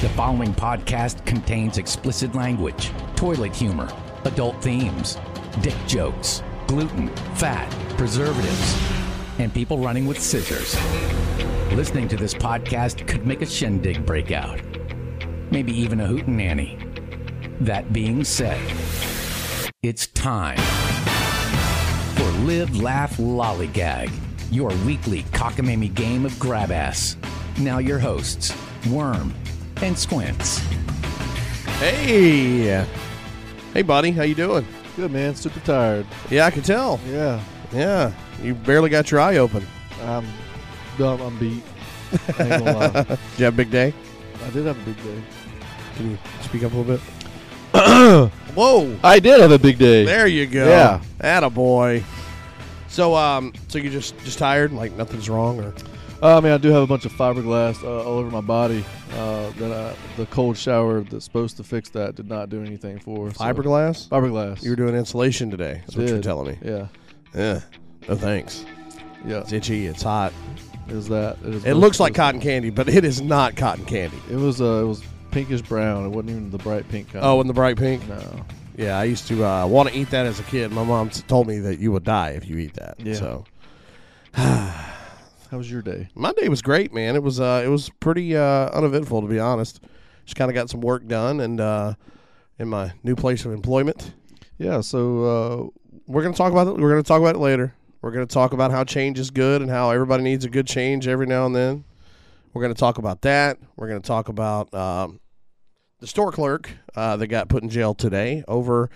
The following podcast contains explicit language, toilet humor, adult themes, dick jokes, gluten, fat, preservatives, and people running with scissors. Listening to this podcast could make a shindig break out, maybe even a hootenanny. That being said, it's time for Live, Laugh, Lollygag, your weekly cockamamie game of grab ass. Now, your hosts, Worm and Squints. Hey, hey, buddy, how you doing? Good man, super tired. Yeah, I can tell. Yeah, Yeah, you barely got your eye open. I'm dumb. I'm beat. I, ain't gonna lie. Did you have a big day? I did have a big day. Can you speak up a little bit? Whoa, I did have a big day. there you go. Yeah. atta boy. So, um, so you just just tired? Like nothing's wrong, or Uh, I mean, I do have a bunch of fiberglass uh, all over my body. Uh, that I, the cold shower that's supposed to fix that did not do anything for. so- fiberglass? Fiberglass. You were doing insulation today. That's what Did. you're telling me. Yeah, Yeah. No thanks. yeah. It's itchy. It's hot. Is that? It, is It looks like cotton candy, but it is not cotton candy. It was. Uh, it was pinkish brown. It wasn't even the bright pink kind. Oh, and the bright pink. no. Yeah, I used to uh, want to eat that as a kid. My mom s- told me that you would die if you eat that. Yeah. So How was your day? my day was great, man. It was uh, it was pretty uh, uneventful to be honest. Just kind of got some work done, and uh, in my new place of employment, Yeah. So uh, we're gonna talk about it. We're gonna talk about it later. We're gonna talk about how change is good and how everybody needs a good change every now and then. We're gonna talk about that. We're gonna talk about um, the store clerk uh, that got put in jail today over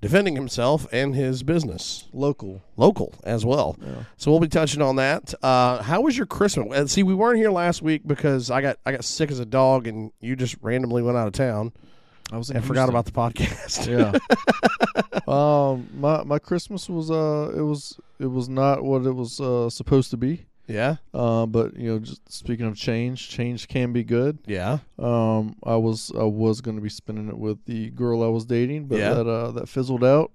defending himself and his business. local. local as well. So we'll be touching on that. Uh, how was your Christmas? And see, we weren't here last week because I got I got sick as a dog, and you just randomly went out of town I was. in and forgot Houston. about the podcast. Yeah. um, my my Christmas was uh, it was it was not what it was uh, supposed to be. yeah, Uh, but you know, just speaking of change, change can be good. yeah. Um, I was I was going to be spending it with the girl I was dating, but Yeah. that uh, that fizzled out.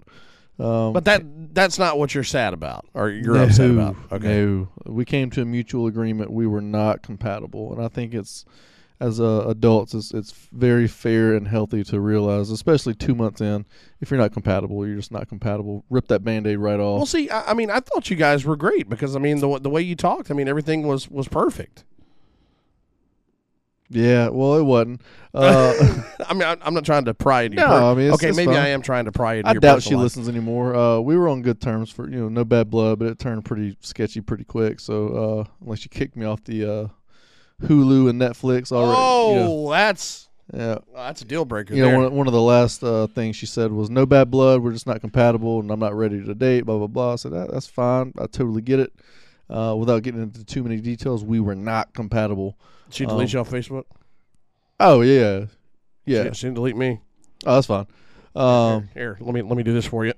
Um, But that that's not what you're sad about, or you're upset no, about. Okay, no. we came to a mutual agreement. We were not compatible, and I think it's as uh, adults, it's, it's very fair and healthy to realize, especially two months in, if you're not compatible, you're just not compatible. Rip that band-aid right Well, off. see, I, I mean, I thought you guys were great because I mean, the w- the way you talked, I mean, everything was was perfect. yeah, well, it wasn't. Uh, I mean, I, I'm not trying to pry into. your No, per- I mean, it's- okay, it's maybe fine. I am trying to pry into. I your doubt she personal life. listens anymore. Uh, we were on good terms for you know no bad blood, but it turned pretty sketchy pretty quick. So uh, unless you kicked me off the uh, Hulu and Netflix already, Oh, that's yeah, yeah. that's a deal breaker. you there. know, one, one of the last uh, things she said was, "No bad blood. We're just not compatible, and I'm not ready to date." Blah blah blah. I said, that, "That's fine. I totally get it." Uh, without getting into too many details, we were not compatible. she deletes you off Facebook. Oh yeah, um, yeah. she didn't delete me. Oh, that's fine. Um, Here, let me let me do this for you.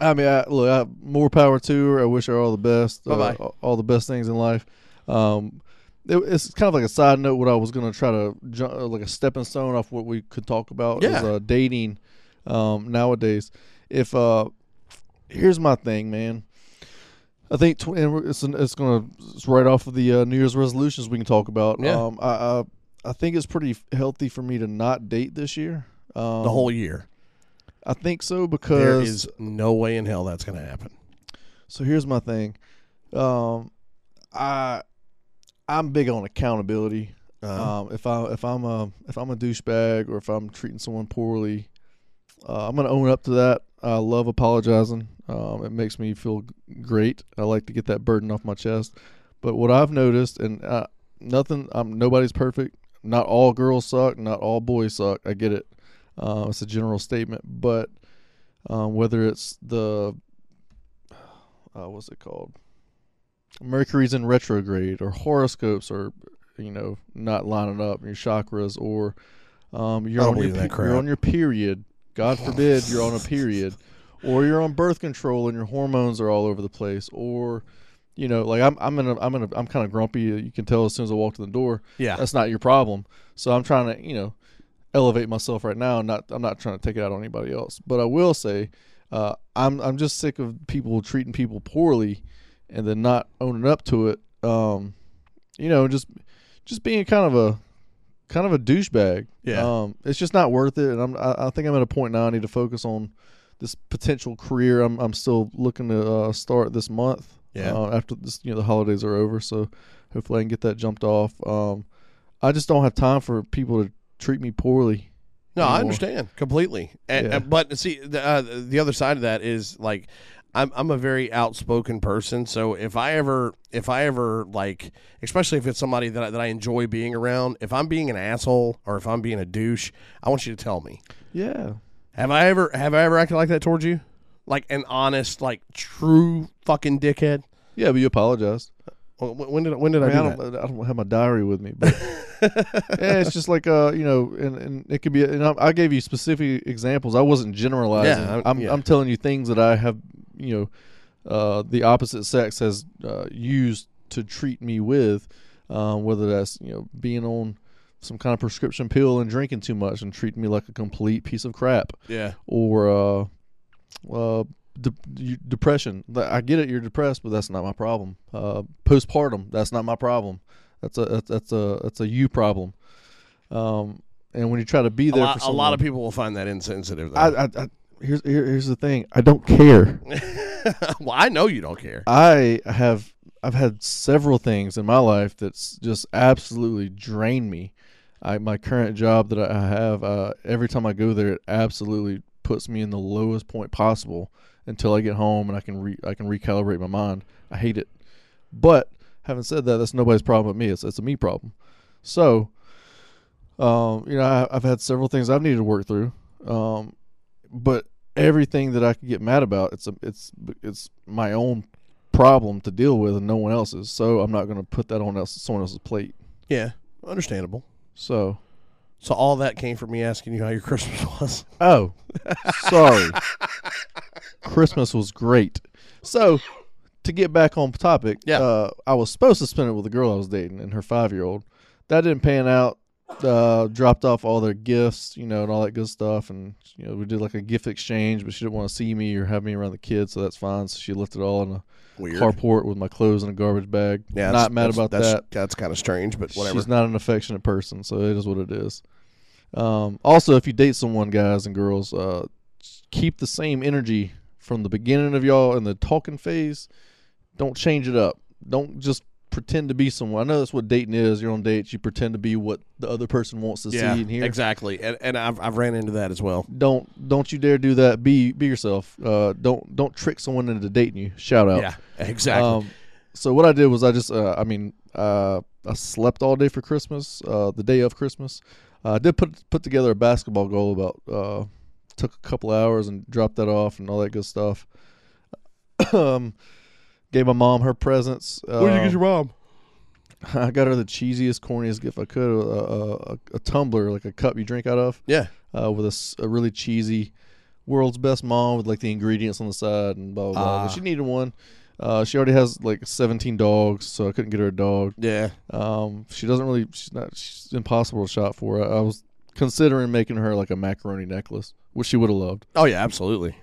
I mean, I, look, I, more power to her. I wish her all the best. Bye-bye. Uh, all the best things in life. Um, it, it's kind of like a side note. What I was gonna try to jump, like a stepping stone off what we could talk about is Yeah. uh, dating um, nowadays. If uh, here's my thing, man. I think tw- and we're- it's an, it's gonna it's right off of the uh, New Year's resolutions we can talk about. Yeah. Um, I, I I think it's pretty f- healthy for me to not date this year. Um, The whole year. I think so There because is no way in hell that's going to happen. So here's my thing. Um, I I'm big on accountability. Um, if I if I'm a if I'm a douchebag or if I'm treating someone poorly, uh, I'm gonna own up to that. I love apologizing. Um, it makes me feel g- great. I like to get that burden off my chest. But what I've noticed, and uh, nothing, um, nobody's perfect. Not all girls suck. Not all boys suck. I get it. Uh, it's a general statement, but um, whether it's the uh, what's it called? Mercury's in retrograde, or horoscopes are, you know, not lining up, your chakras, or um, you're I don't on your believe that pe- crap. you're on your period. God forbid you're on a period, or you're on birth control and your hormones are all over the place, or you know, like I'm I'm in a, I'm in a, I'm kind of grumpy. You can tell as soon as I walked in the door. Yeah. that's not your problem. So I'm trying to you know elevate myself right now. and Not I'm not trying to take it out on anybody else, but I will say uh, I'm I'm just sick of people treating people poorly and then not owning up to it. Um, you know, just just being kind of a kind of a douchebag. Yeah. Um, it's just not worth it, and I'm I, I think I'm at a point now. I need to focus on this potential career. I'm I'm still looking to uh, start this month. Yeah. Uh, after this, you know, the holidays are over, so hopefully I can get that jumped off. Um, I just don't have time for people to treat me poorly. No, I anymore. understand completely. And, Yeah. and- but see, the, uh, the other side of that is like, I'm I'm a very outspoken person. So if I ever if I ever like, especially if it's somebody that I, that I enjoy being around, if I'm being an asshole or if I'm being a douche, I want you to tell me. Yeah. Have I ever have I ever acted like that towards you? Like an honest, like true fucking dickhead. Yeah, but you apologized. Wh- wh- When did when did I, I, mean, do I, that? don't, I don't have my diary with me, but yeah, it's just like uh, you know, and, and it could be. And I, I gave you specific examples. I wasn't generalizing. Yeah, I'm, I'm- I'm, yeah. telling you things that I have, you know, uh, the opposite sex has uh, used to treat me with, um, whether that's you know being on some kind of prescription pill and drinking too much and treating me like a complete piece of crap Yeah, or uh, uh, de- you- depression. Th- I get it, you're depressed, but that's not my problem. Uh, postpartum, that's not my problem. That's a that's, that's a that's a you problem. Um, and when you try to be a there lot, for a someone, lot of people will find that insensitive. Though. I, I, I, here's here, here's the thing. I don't care. well, I know you don't care. I have I've had several things in my life that's just absolutely drained me. I my current job that I have, uh, every time I go there, it absolutely puts me in the lowest point possible until I get home and I can re- I can recalibrate my mind. I hate it, but having said that, that's nobody's problem but me. It's it's a me problem. So, um, you know, I, I've had several things I've needed to work through. Um, but everything that I could get mad about, it's a, it's it's my own problem to deal with and no one else's. So I'm not going to put that on else, someone else's plate. Yeah, understandable. So So all that came from me asking you how your Christmas was. oh, sorry. Christmas was great. So to get back on topic, Yeah. uh, I was supposed to spend it with a girl I was dating and her five year old. That didn't pan out. Uh, dropped off all their gifts, you know, and all that good stuff. And you know, we did like a gift exchange, but she didn't want to see me or have me around the kids, so that's fine. So she left it all in a Weird. carport with my clothes in a garbage bag. Yeah, that's- not mad that's- about that's, that. That's kind of strange, but whatever. She's not an affectionate person, so it is what it is. Um, also, if you date someone, guys and girls, uh, keep the same energy from the beginning of y'all in the talking phase. Don't change it up. Don't just pretend to be someone. I know that's what dating is. You're on dates. You pretend to be what the other person wants to yeah, see and hear. exactly. And, and I've, I've ran into that as well. Don't don't you dare do that. Be be yourself. Uh, don't don't trick someone into dating you. Shout out. Yeah, exactly. Oh. Um, so what I did was I just, uh, I mean, uh, I slept all day for Christmas, uh, the day of Christmas. Uh, I did put put together a basketball goal about uh, took a couple hours and dropped that off and all that good stuff. um, gave my mom her presents. Um, mom? I got her the cheesiest, corniest gift I could, a, a, a, a tumbler, like a cup you drink out of Yeah, uh, with a s- a, really cheesy world's best mom with like the ingredients on the side and blah blah. blah. Ah. But she needed one. Uh, she already has like 17 dogs, so I couldn't get her a dog. yeah. Um, she doesn't really. She's not. She's impossible to shop for. I, I was considering making her like a macaroni necklace, which she would have loved. Oh yeah, absolutely.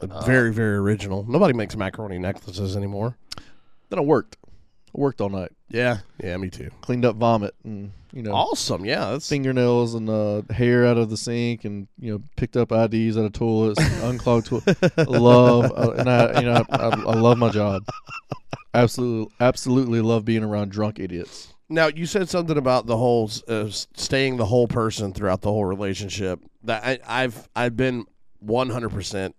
Uh, very, very original. Nobody makes macaroni necklaces anymore. Then I worked. I worked all night. Yeah, yeah. Me too. Cleaned up vomit and you know Awesome. Yeah, that's fingernails and uh, hair out of the sink, and you know picked up IDs out of toilets, and unclogged toilet. love, uh, and I you know I, I love my job. Absolutely, absolutely love being around drunk idiots. Now you said something about the whole uh, s- staying the whole person throughout the whole relationship. That I, I've I've been one hundred percent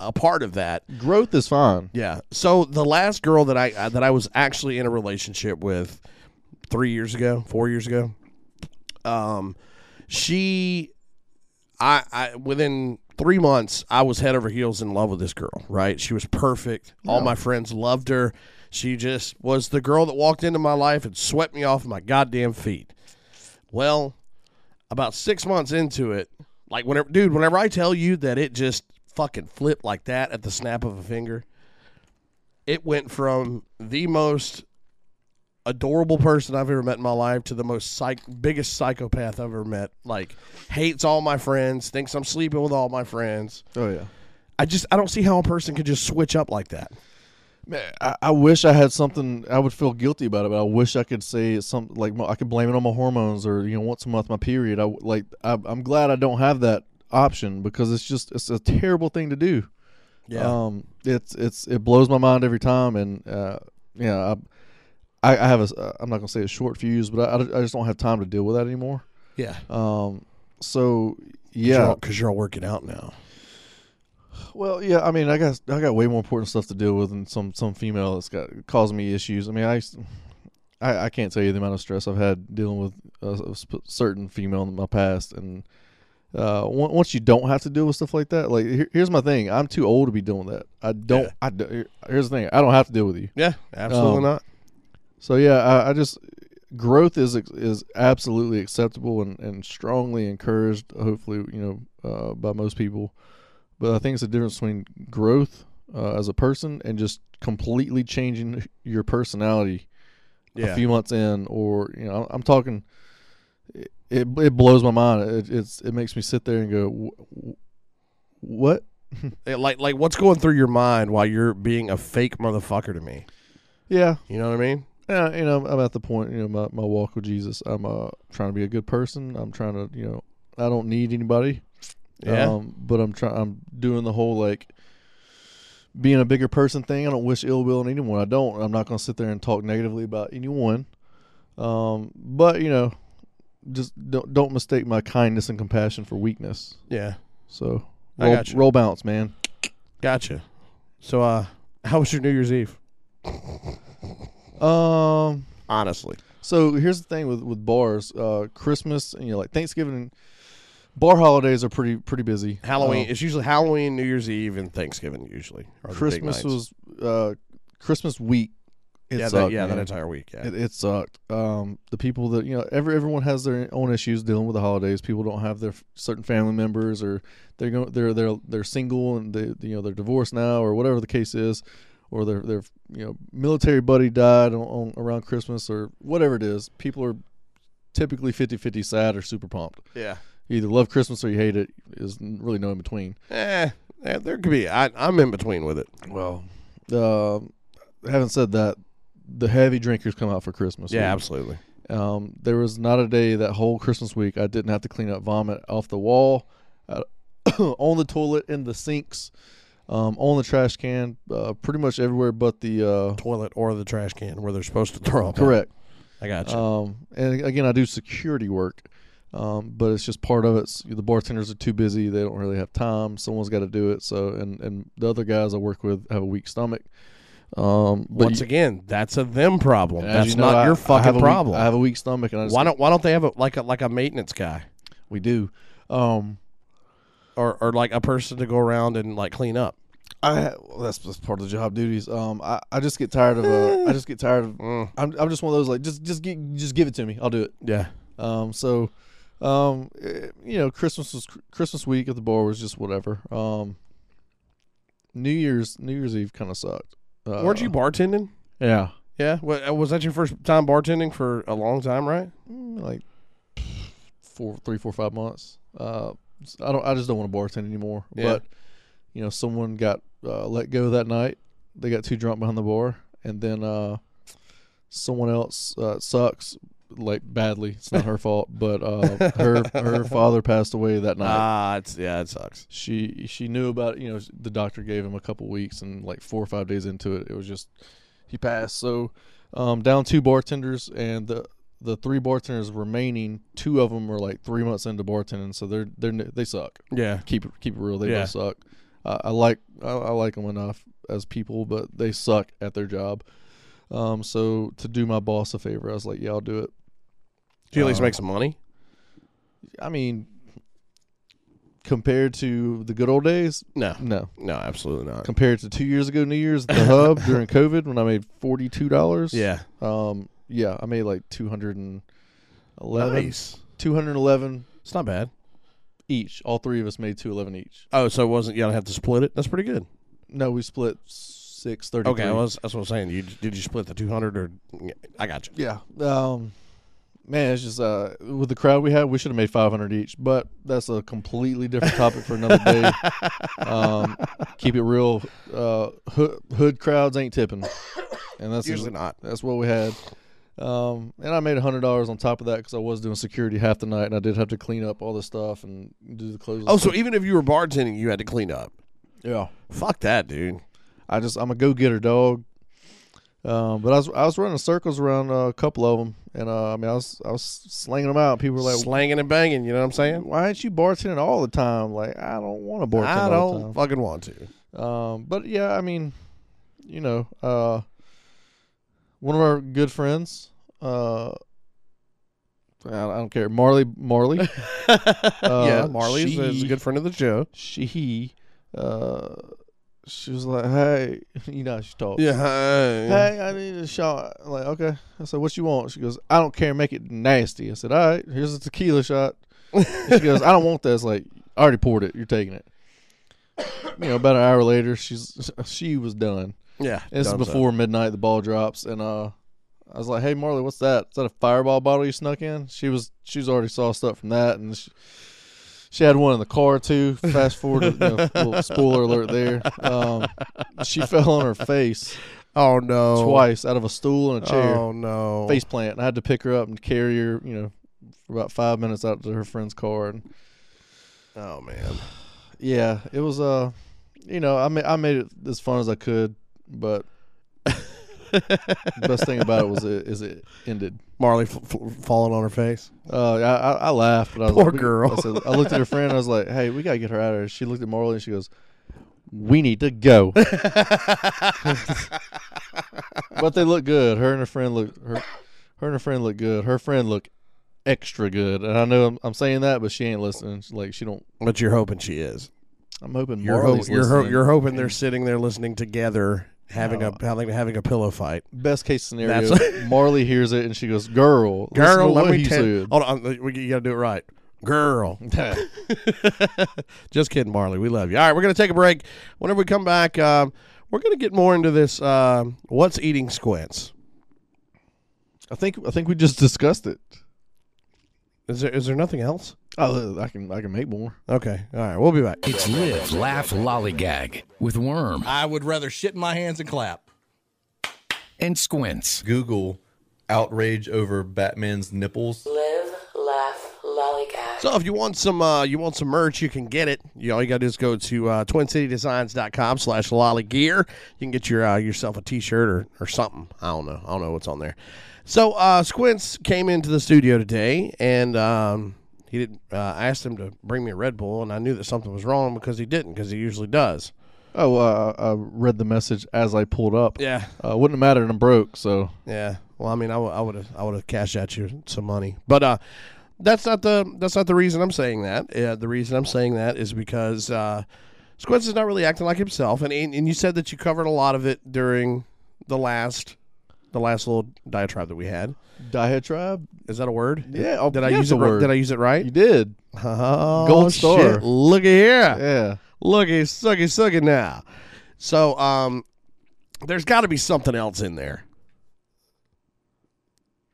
a part of that. Growth is fine. Yeah. So the last girl that I uh, that I was actually in a relationship with three years ago, four years ago, um, she, I, I within three months I was head over heels in love with this girl. Right? She was perfect. All my friends loved her. She just was the girl that walked into my life and swept me off my goddamn feet. Well, about six months into it, like whenever, dude, whenever I tell you that it just fucking flipped like that at the snap of a finger, it went from the most adorable person I've ever met in my life to the most psych- biggest psychopath I've ever met. Like, hates all my friends, thinks I'm sleeping with all my friends. Oh yeah, I just, I don't see how a person could just switch up like that. Man, I, I wish I had something. I would feel guilty about it, but I wish I could say it's something like my, I could blame it on my hormones or you know once a month my period. I w- like I, I'm glad I don't have that option because it's just it's a terrible thing to do. Um, it's it's it blows my mind every time, and uh, yeah, I, I I have a uh, I'm not gonna say a short fuse, but I, I just don't have time to deal with that anymore. yeah. Um, so yeah, because you're all working out now. well, yeah. I mean, I got I got way more important stuff to deal with than some some female that's got causing me issues. I mean, I used- I, I can't tell you the amount of stress I've had dealing with a, a sp- certain female in my past, and uh, on- once you don't have to deal with stuff like that, like here, here's my thing: I'm too old to be doing that. I don't. Yeah. I d- here- here's the thing: I don't have to deal with you. Yeah, absolutely Um, not. So yeah, I, I just growth is is absolutely acceptable and, and strongly encouraged. Hopefully, you know, uh, by most people. But I think it's the difference between growth uh, as a person and just completely changing your personality Yeah, a few months in, or you know, I'm talking. It it it blows my mind. It, it's it makes me sit there and go, "Wh- wh- what? It- like like what's going through your mind while you're being a fake motherfucker to me? Yeah, You know what I mean? Yeah, you know, I'm at the point, you know, my, my walk with Jesus. I'm uh, trying to be a good person. I'm trying to, you know, I don't need anybody. Yeah, Um, but I'm trying. I'm doing the whole like being a bigger person thing. I don't wish ill will on anyone. I don't. I'm not going to sit there and talk negatively about anyone. Um, but you know, just don't don't mistake my kindness and compassion for weakness. yeah, So I roll, gotcha. roll bounce, man. gotcha. So, uh, how was your New Year's Eve? Um. Honestly, So here's the thing with with bars, uh, Christmas and you know like Thanksgiving, and bar holidays are pretty pretty busy. Halloween. Uh, it's usually Halloween, New Year's Eve, and Thanksgiving usually. are the big nights. Christmas was uh, Christmas week. It yeah, sucked, that, yeah, that man. entire week. Yeah, It, it sucked. Um, the people that you know, every everyone has their own issues dealing with the holidays. People don't have their f- certain family members, or they're going, they're they're they're single and they you know they're divorced now, or whatever the case is, or their their you know military buddy died on, on around Christmas, or whatever it is. People are typically 50-50 sad or super pumped. yeah. You either love Christmas or you hate it. Is really no in between. Eh, eh, there could be. I, I'm in between with it. Well, um, having said that, the heavy drinkers come out for Christmas. yeah, We- absolutely. Um, there was not a day that whole Christmas week I didn't have to clean up vomit off the wall, uh, on the toilet, in the sinks, um, on the trash can, uh, pretty much everywhere but the uh, Toilet or the trash can where they're supposed to throw up. at. correct. I got you. Um, and again, I do security work, um, but it's just part of it. S- The bartenders are too busy; they don't really have time. Someone's got to do it. So, and and the other guys I work with have a weak stomach. Um, but Once you- again, that's a them problem. as That's you know, not your I- I have a fucking weak- problem. I have a weak stomach, and I just, why don't Why don't they have a like a like a maintenance guy we do. Um, or or like a person to go around and like clean up? I well, that's that's part of the job duties. Um, I, I just get tired of uh, I just get tired of Mm. I'm I'm just one of those like just just get, just give it to me. I'll do it. Yeah, Um, so, um, eh, you know, Christmas was Christmas week at the bar was just whatever. Um, New Year's New Year's Eve kind of sucked. Uh, weren't you bartending? Yeah, Yeah, Wa- uh, was that your first time bartending for a long time? Right? Mm, like four, three, four, five months. Uh, s- I don't. I just don't want to bartend anymore. Yeah. But you know, someone got uh, let go that night. They got too drunk behind the bar, and then uh, someone else uh, sucks like badly. It's not her fault, but uh, her her father passed away that night. Ah, it's yeah, it sucks. she she knew about it, you know the doctor gave him a couple weeks and like four or five days into it it was just he passed so um, down two bartenders and the the three bartenders remaining two of them were like three months into bartending so they're they're n- they suck Yeah, keep it keep it real they Yeah. both suck I I like I, I like them enough as people but they suck at their job um so to do my boss a favor I was like yeah I'll do it do you at least Um, make some money? I mean compared to the good old days No, no no, absolutely not. compared to two years ago New Year's at the Hub during COVID when I made forty two dollars. Yeah, Um. Yeah, I made like two hundred and eleven. nice. Two hundred eleven It's not bad. each. All three of us made two eleven each. Oh, so it wasn't you don't have to split it? That's pretty good. No, we split six thirty. Okay, well, that's, that's what I'm saying. You did you split the 200 or I got you. yeah. Um. Man, it's just uh, with the crowd we had, we should have made 500 each, but that's a completely different topic for another day. um, keep it real. Uh, hood, hood crowds ain't tipping, and that's Usually not. That's what we had. Um, and I made hundred dollars on top of that because I was doing security half the night, and I did have to clean up all this stuff and do the clothes. Oh, so even if you were bartending, you had to clean up. yeah, Fuck that, dude. I just I'm a go getter dog. Um, but I was I was running circles around uh, a couple of them, and uh, I mean I was I was slinging them out. People were like, Slanging and banging, you know what I'm saying? "Why ain't you bartending all the time?" Like I don't want to bartend I all don't fucking want to. the time. Um, but yeah, I mean, you know, uh, one of our good friends, uh, I I don't care, Marley Marley. uh, yeah, Marley is- is she- a good friend of the show. She he, uh, she was like, "Hey, you know how she talks." Yeah. hi. Hey, I need a shot. I'm like, okay. I said, what you want? She goes, I don't care. Make it nasty. I said, all right, here's a tequila shot. And she goes, I don't want this. Like, I already poured it. You're taking it. You know, about an hour later, she's she was done. Yeah. This is thumbs up. before midnight. The ball drops, and uh, I was like, hey, Marley, what's that? Is that a fireball bottle you snuck in? She was she's already sauced up from that, and she, she had one in the car too. Fast forward, you know, little spoiler alert there. Um, she fell on her face Oh no. twice out of a stool and a chair, Oh no. face plant. And I had to pick her up and carry her, you know, for about five minutes out to her friend's car. And Oh man. yeah, it was uh, you know, I made I made it as fun as I could, but the best thing about it was it is it ended. Marley f- f- falling on her face. Uh, I, I, I laughed. But I was Poor like, we- girl. I, said, I looked at her friend. I was like, "Hey, we gotta get her out of here." She looked at Marley and she goes, "We need to go." but they look good. Her and her friend look her, her and her friend look good. Her friend look extra good. And I know I'm, I'm saying that, but she ain't listening. She, like she don't. But you're hoping she is. I'm hoping You're ho- Marley's you're, ho- listening. you're hoping they're sitting there listening together, having a having, having a pillow fight. Best case scenario, Marley hears it and she goes, "Girl, listen to Girl, what let me he tell you. said." Hold on, uh, we- you got to do it right. Girl, just kidding, Marley. We love you. All right, we're gonna take a break. Whenever we come back, um, we're gonna get more into this. Um, what's eating squints? I think I think we just discussed it. Is there is there nothing else? Oh, I can I can make more. Okay. All right, we'll be back. It's Live, Laugh, Lollygag with Worm I would rather shit in my hands and clap. and Squints. Google outrage over Batman's nipples. Live, laugh, lollygag. So if you want some uh, you want some merch, you can get it. You, all you got to do is go to uh, twincitydesigns.com slash lolly gear. You can get your uh, yourself a t-shirt or, or something. I don't know. I don't know what's on there. So uh, Squints came into the studio today, and um, he did. Uh, I asked him to bring me a Red Bull, and I knew that something was wrong because he didn't, because he usually does. Oh, uh, I read the message as I pulled up. Yeah, Uh, wouldn't have mattered. I'm broke, so yeah. Well, I mean, I would have I would have cashed at you some money, but uh, that's not the that's not the reason I'm saying that. Uh, the reason I'm saying that is because uh, Squints is not really acting like himself, and, and and you said that you covered a lot of it during the last the last little diatribe that we had. diatribe. Is that a word? Yeah, oh, Did I yeah, use it's a it? ri- word. Did I use it right? You did. Oh, Gold star. shit. Looky here. Yeah. Looky, sucky, sucky now. So, um, there's got to be something else in there.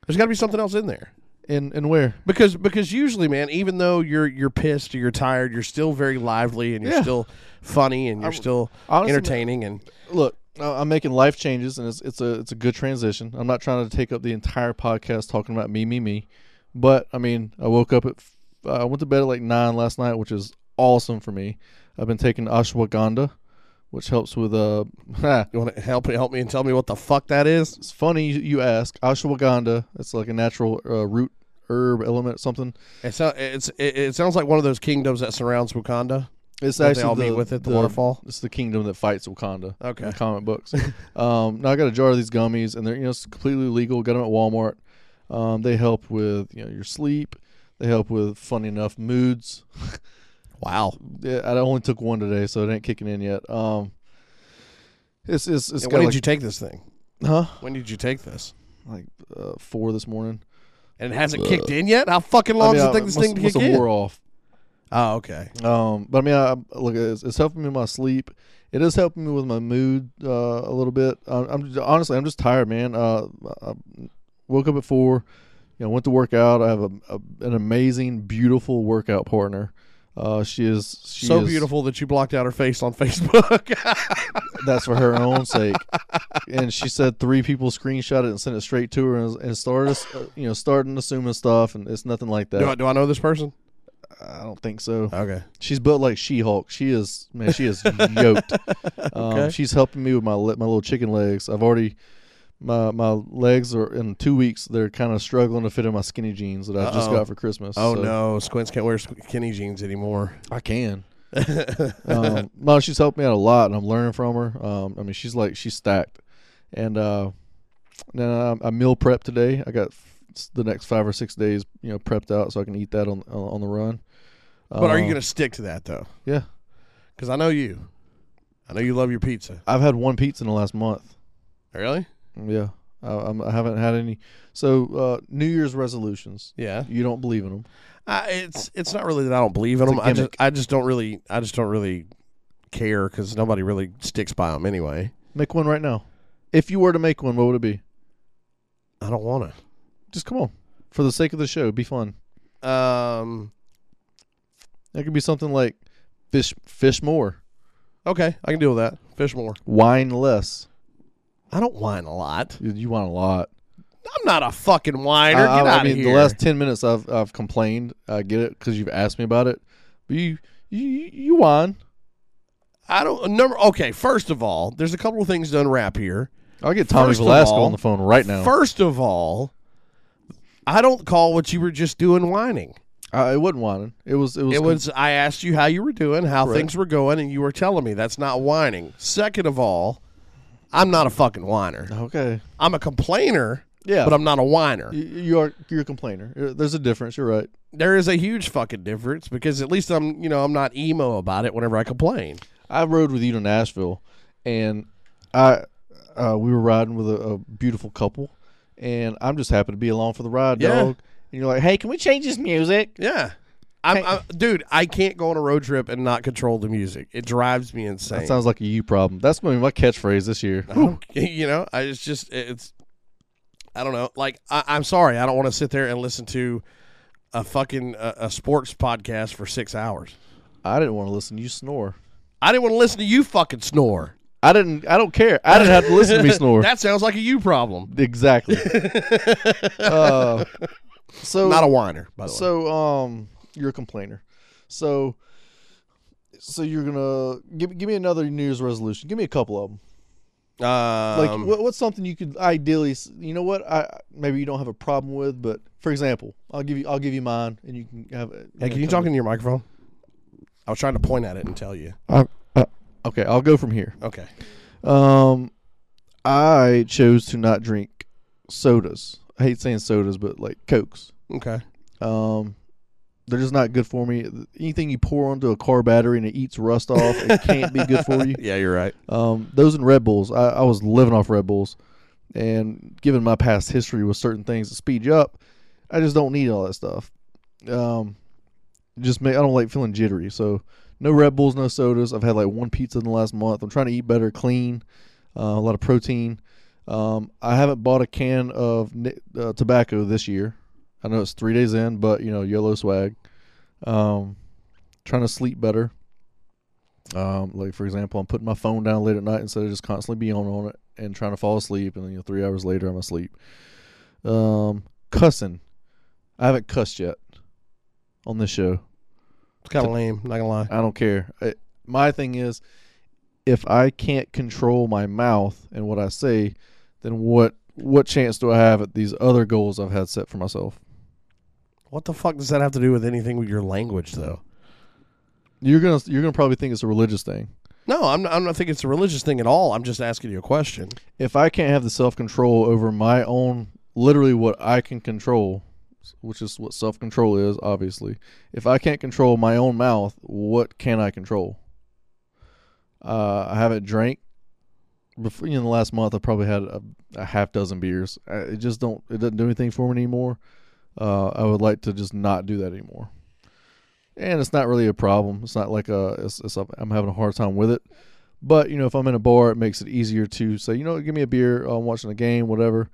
There's got to be something else in there And and where? because because usually, man, even though you're you're pissed or you're tired, you're still very lively and you're Yeah. still funny and you're still honestly, entertaining and Look, I- I'm making life changes, and it's it's a it's a good transition. I'm not trying to take up the entire podcast talking about me, me, me. But I mean, I woke up at f- I went to bed at like nine last night, which is awesome for me. I've been taking ashwagandha, which helps with uh you want to help help me and tell me what the fuck that is. it's funny you- you ask. Ashwagandha, it's like a natural uh, root herb element, something. It's not, it's it, it sounds like one of those kingdoms that surrounds Wakanda. It's Don't they actually all the, meet with it, the waterfall? It's the kingdom that fights Wakanda. Okay. in the comic books. um, now I got a jar of these gummies, and they're you know it's completely legal. Got them at Walmart. Um, they help with you know your sleep. They help with funny enough moods. Wow. Yeah, I only took one today, so it ain't kicking in yet. Um, it's it's it's And got when like, did you take this thing? huh When did you take this? like uh, four this morning. And it hasn't kicked in yet. How fucking long Uh, I mean, does it uh, I- take this must- thing to must kick have in? wore off. Oh, okay. Um, but I mean, I, I- look, it's, it's helping me with my sleep. It is helping me with my mood uh, a little bit. I'm, I'm just- honestly, I'm just tired, man. Uh, I woke up at four, you know, went to work out. I have a, a an amazing, beautiful workout partner. Uh, she is she so is- beautiful that you blocked out her face on Facebook. That's for her own sake. And she said three people screenshot it and sent it straight to her and, and started, uh, you know, starting assuming stuff. And it's nothing like that. do, I, do I know this person? I don't think so. Okay. She's built like She-Hulk. She is man. She is yoked. Um, Okay. She's helping me with my le- my little chicken legs. I've already my my legs are in two weeks. They're kind of struggling to fit in my skinny jeans that I just Uh-oh. got for Christmas. Oh so no, Squints can't wear skinny jeans anymore. I can. um, no, she's helped me out a lot, and I'm learning from her. Um, I mean, she's like she's stacked, and uh, then I, I meal prep today. I got f- the next five or six days, you know, prepped out so I can eat that on on the run. But are you Um, going to stick to that though? Yeah, Because I know you. I know you love your pizza. I've had one pizza in the last month. Really? Yeah, I, I'm, I haven't had any. So uh, New Year's resolutions, Yeah. you don't believe in them. I, it's it's not really that I don't believe in It's a them. I just gimmick. I just don't really I just don't really care because nobody really sticks by them anyway. Make one right now. If you were to make one, what would it be? I don't want Just come on, for the sake of the show, be fun. to. Um. That could be something like fish, fish more, Okay, I can deal with that. Fish more. wine less. I don't whine a lot. You, you want a lot. I'm not a fucking whiner. I, Get I- I out mean, of here. the last ten minutes I've I've complained. I get it because you've asked me about it. But you you you whine. I don't number. Okay, first of all, there's a couple of things to unwrap here. I'll get Tommy First of Velasco all- on the phone right now. First of all, I don't call what you were just doing whining. I, it wasn't whining. It was it was It com- was I asked you how you were doing, how Right. things were going, and you were telling me that's not whining. Second of all, I'm not a fucking whiner. okay. I'm a complainer, Yeah, but I'm not a whiner. You, you are you're a complainer. You're- There's a difference. You're right. There is a huge fucking difference because at least I'm you know I'm not emo about it whenever I complain. I rode with you to Nashville, and I uh, we were riding with a, a beautiful couple, and I'm just happy to be along for the ride, Yeah. dog. And you're like, hey, can we change this music? Yeah. I'm, I'm, dude, I can't go on a road trip and not control the music. It drives me insane. That sounds like a you problem. That's going to be my catchphrase this year. I don't- you know, I it's just it's I don't know. Like I, I'm sorry, I don't want to sit there and listen to a fucking uh, a sports podcast for six hours. I didn't want to listen to you snore. I didn't want to listen to you fucking snore. I didn't. I don't care. I didn't have to listen to me snore. That sounds like a you problem. exactly. uh, so Not a whiner, by the way. So um, you're a complainer. So so you're gonna give give me another New Year's resolution. Give me a couple of them. Like Um, what, what's something you could ideally? s- You know what? I maybe you don't have a problem with, but for example, I'll give you I'll give you mine, and you can have. it- hey, can you talk into your microphone? I was trying to point at it and tell you. Okay, I'll go from here. Okay. Um, I chose to not drink sodas. I hate saying sodas, but like cokes. Okay. Um, they're just not good for me. Anything you pour onto a car battery and it eats rust off, it can't be good for you. Yeah, you're right. Um, those and Red Bulls, I, I was living off Red Bulls, and given my past history with certain things that speed you up, I just don't need all that stuff. Um, it just make I don't like feeling jittery. So no Red Bulls, no sodas. I've had like one pizza in the last month. I'm trying to eat better, clean, uh, a lot of protein. Um, I haven't bought a can of ni- uh, tobacco this year. I know it's three days in, but you know, yellow swag. Um, trying to sleep better. Um, like for example, I'm putting my phone down late at night instead of just constantly being on, on it and trying to fall asleep, and then you know three hours later I'm asleep. Um, cussing, I haven't cussed yet on this show. It's kind of lame. Not gonna lie. I don't care. I, my thing is, if I can't control my mouth and what I say, then what what chance do I have at these other goals I've had set for myself? What the fuck does that have to do with anything with your language, though? You're gonna you're gonna probably think it's a religious thing. No, I'm not, I'm not thinking it's a religious thing at all. I'm just asking you a question. if I can't have the self control over my own, literally what I can control, which is what self control is, obviously. If I can't control my own mouth, what can I control? Uh, I haven't drank. Before, in the last month, I probably had a, a half dozen beers. I, it just don't. It doesn't do anything for me anymore. Uh, I would like to just not do that anymore. And it's not really a problem. It's not like a. It's, it's a I'm having a hard time with it. Oh, But you know, if I'm in a bar, it makes it easier to say, you know, give me a beer. uh, I'm watching a game, whatever.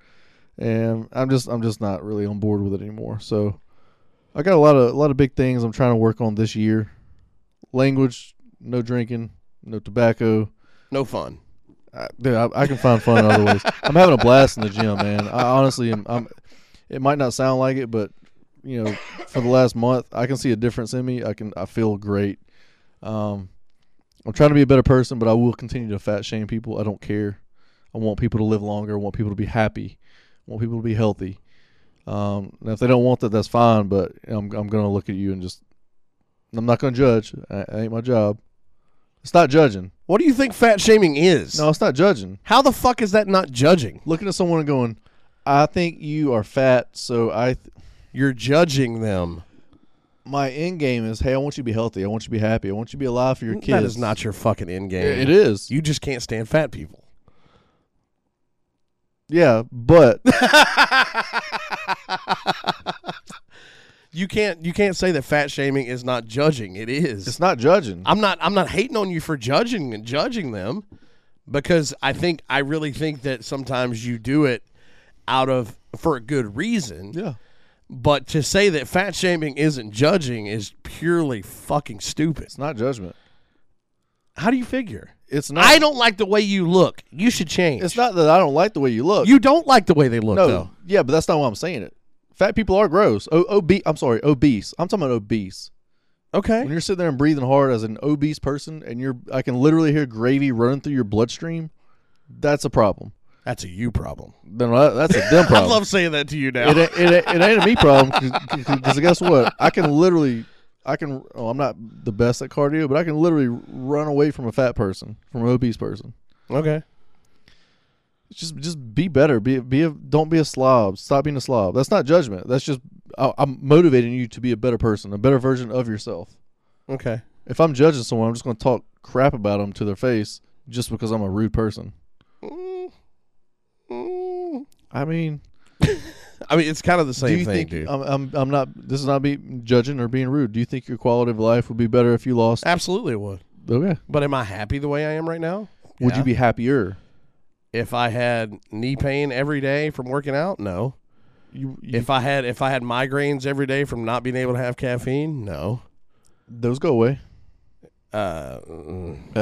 and I'm just I'm just not really on board with it anymore. So I got a lot of a lot of big things I'm trying to work on this year. Language, no drinking, no tobacco. No fun. I, dude, I, I can find fun in other ways. I'm having a blast in the gym, man. I honestly am. I'm, it might not sound like it, but you know, for the last month, I can see a difference in me. I can. I feel great. Um, I'm trying to be a better person, but I will continue to fat shame people. I don't care. I want people to live longer. I want people to be happy. I want people to be healthy. Um, and if they don't want that, that's fine. But I'm I'm gonna look at you and just. I'm not gonna judge. I, it ain't my job. It's not judging. What do you think fat shaming is? No, it's not judging. How the fuck is that not judging? looking at someone and going, "I think you are fat," so I, th- You're judging them. my end game is, "Hey, I want you to be healthy. I want you to be happy. I want you to be alive for your kids." That is not your fucking end game. It is. You just can't stand fat people. yeah, but You can't you can't say that fat shaming is not judging. It is. it's not judging. I'm not I'm not hating on you for judging and judging them because I think I really think that sometimes you do it out of for a good reason. yeah, But to say that fat shaming isn't judging is purely fucking stupid. it's not judgment. How do you figure? It's not. I don't like the way you look. You should change. It's not that I don't like the way you look. you don't like the way they look no, though. yeah, but that's not why I'm saying it. Fat people are gross. O- obe- I'm sorry, obese. I'm talking about obese. Okay. When you're sitting there and breathing hard as an obese person, and you're, I can literally hear gravy running through your bloodstream. That's a problem. That's a you problem. Then that- that's a them I problem. love saying that to you now. it, ain't- it, ain't- it ain't a me problem because guess what? I can literally, I can. Oh, I'm not the best at cardio, but I can literally run away from a fat person, from an obese person. okay. It's Just, just be better. Be, be a, don't be a slob. Stop being a slob. That's not judgment. That's just I, I'm motivating you to be a better person, a better version of yourself. Okay. If I'm judging someone, I'm just going to talk crap about them to their face just because I'm a rude person. I mean, Mm. I mean, it's kind of the same do you thing, think dude. I'm, I'm, I'm not? This is not be judging or being rude. Do you think your quality of life would be better if you Ah, lost? Absolutely, it would. Okay. But am I happy the way I am right now? Would Yeah. you be happier? if I had knee pain every day from working out? No. You, you- If I had if I had migraines every day from not being able to have caffeine? No. those go away. Uh, mm,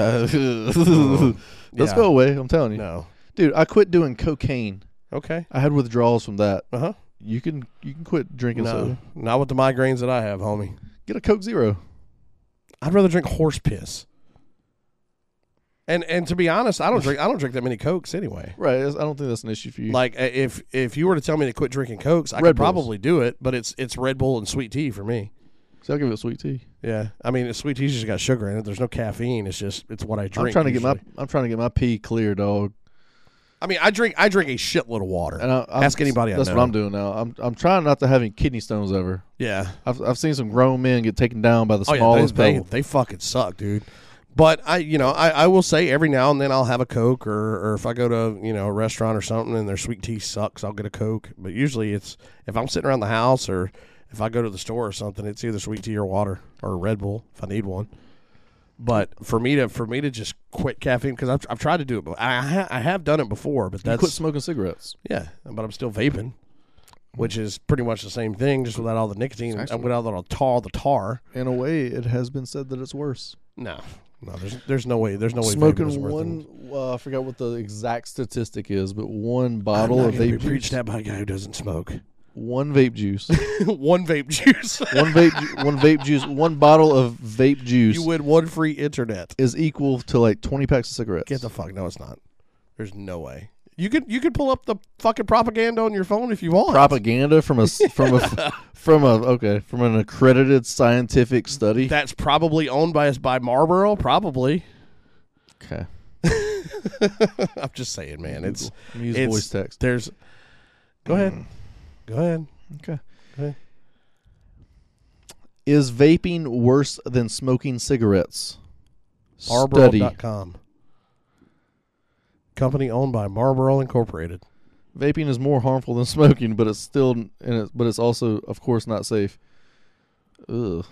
those yeah. go away. I'm telling you, no. dude. I quit doing cocaine. Okay. I had withdrawals from that. Uh huh. You can you can quit drinking No. soda. Not with the migraines that I have, homie. Get a Coke Zero. I'd rather drink horse piss. And and to be honest, I don't drink I don't drink that many cokes anyway. Right. that's- I don't think that's an issue for you. Like uh, if if you were to tell me to quit drinking cokes, I Red could Bulls. probably do it. But it's it's Red Bull and sweet tea for me. so I'll give it sweet tea. Yeah, I mean, it's sweet tea's just got sugar in it. There's no caffeine. It's just it's what I drink. I'm trying to usually. get my I'm trying to get my pee clear, dog. I mean, I drink I drink a shitload of water. And I, I'm, Ask anybody I That's know. what I'm doing now. I'm I'm trying not to have any kidney stones ever. yeah. I've I've seen some grown men get taken down by the Oh yeah, smallest they, they, pebble. they fucking suck, dude. But I, you know, I, I will say every now and then I'll have a coke, or, or if I go to you know a restaurant or something and their sweet tea sucks, I'll get a coke. But usually it's if I'm sitting around the house or if I go to the store or something, it's either sweet tea or water or Red Bull if I need one. But for me to for me to just quit caffeine because I've, I've tried to do it, but I ha- I have done it before, but You that's quit smoking cigarettes. Yeah, but I'm still vaping, which is pretty much the same thing, just without all the nicotine and without all the tar. The tar. In a way, it has been said that it's worse. No, no, there's there's no way. There's no way. vaping is Smoking worth it. one, uh, I forgot what the exact statistic is, but one I'm bottle not of gonna be vape preached juice, at by a guy who doesn't smoke. one vape juice, one vape juice. one vape, ju- one vape juice, one bottle of vape juice you win one free internet. is equal to like twenty packs of cigarettes. Get the fuck. No, it's not. There's no way. You could you could pull up the fucking propaganda on your phone if you want. propaganda from a s- from a from a okay from an accredited scientific study. That's probably owned by us by Marlboro. Probably. okay, I'm just saying, man. It's Let me use it's- voice text. Hmm. There's. Go ahead. Go ahead. Okay. Okay. Is vaping worse than smoking cigarettes? Study. Marlboro.com. Company owned by Marlboro Incorporated. Vaping is more harmful than smoking, but it's still, and it's, but it's also, of course, not safe. Ugh.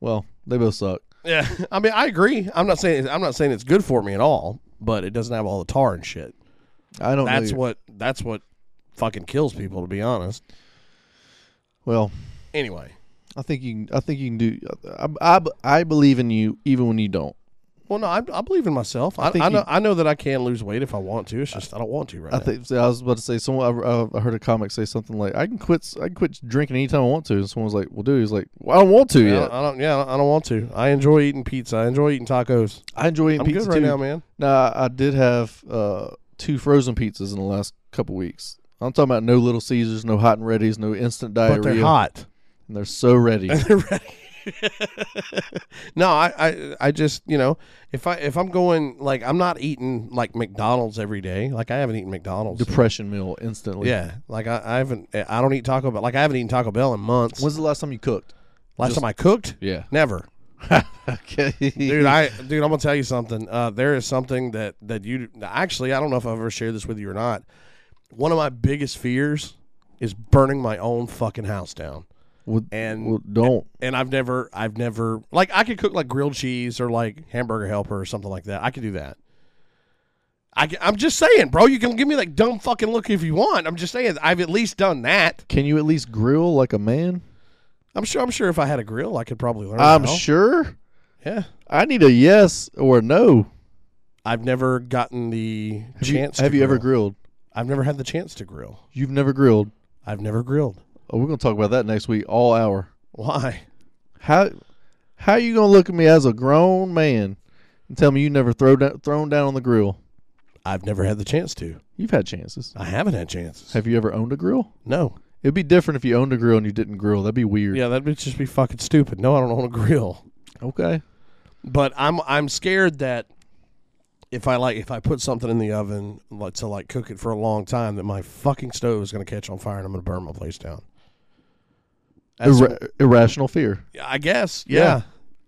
Well, they both suck. Yeah, I mean, I agree. I'm not saying I'm not saying it's good for me at all, but it doesn't have all the tar and shit. I don't. That's know. what that's what fucking kills people to be honest. Well, Anyway. I think you. Can, I think you can do. I, I, I believe in you, even when you don't. Well, no, I, I believe in myself. I, think I know you- I know that I can lose weight if I want to. It's just I don't want to right I now. think see, I was about to say someone. I, I- I heard a comic say something like, "I can quit. I can quit drinking anytime I want to." And someone was like, "Well, dude," he's like, "Well, I don't want to I yet. don't, I don't- yeah, I don't want to. I enjoy eating pizza. I enjoy eating tacos. I enjoy eating I'm pizza good right too. now, man. Now, I did have uh, two frozen pizzas in the last couple weeks. I'm talking about no Little Caesars, no hot and ready's, no instant diarrhea. But they're hot. And they're so ready. They're ready. no, I, I I just, you know, if I if I'm going like I'm not eating like McDonald's every day. Like I haven't eaten McDonald's. Depression meal instantly. yeah. Like I, I haven't I don't eat Taco Bell. Like I haven't eaten Taco Bell in months. When's the last time you cooked? Last time I cooked? Yeah. Never. Okay. dude i dude i'm gonna tell you something uh, there is something that that you actually i don't know if i've ever shared this with you or not one of my biggest fears is burning my own fucking house down Well, and well, don't. and i've never i've never like i could cook like grilled cheese or like hamburger helper or something like that i could do that I, ca- i'm just saying bro you can give me that dumb fucking look if you want i'm just saying i've at least done that Can you at least grill like a man? i'm sure i'm sure if i had a grill i could probably learn I'm how. sure. yeah I need a yes or a no. i've never gotten the Have you- chance have to you ever grill. grilled? I've never had the chance to grill. You've never grilled. I've never grilled. Oh, we're gonna talk about that next week, all hour. Why? How how you gonna look at me as a grown man and tell me you never throw down, thrown down on the grill? I've never had the chance to. You've had chances. I haven't had chances. Have you ever owned a grill? no. It'd be different if you owned a grill and you didn't grill. That'd be weird. Yeah, that'd be, just be fucking stupid. No, I don't want to grill. Okay. But I'm I'm scared that if I like if I put something in the oven like, to like cook it for a long time, that my fucking stove is going to catch on fire and I'm going to burn my place down. That's- Irra- irrational fear. I guess. Yeah.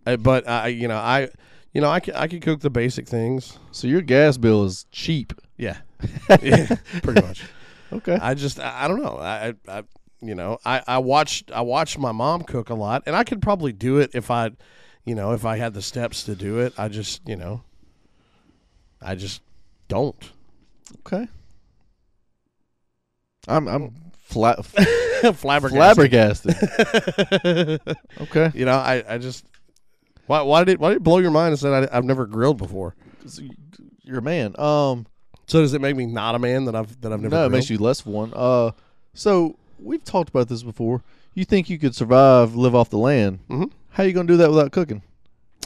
Yeah. Uh, but I, you know, I, you know, I can I can cook the basic things. So your gas bill is cheap. Yeah. yeah pretty much. Okay. I just I I don't know. I, I I- you know I I watched I watched my mom cook a lot, and I could probably do it if I, you know, if I had the steps to do it. I just you know, I just don't. okay. I'm I'm fla- Flabbergasted. flabbergasted. okay. You know, I I just. Why, why did it, why did it blow your mind and said I, I've never grilled before? You're a man. Um So does it make me not a man that I've that I've never? no, it grilled? makes you less of one. Uh, so we've talked about this before. You think you could survive, live off the land? Mm-hmm. How you gonna do that without cooking?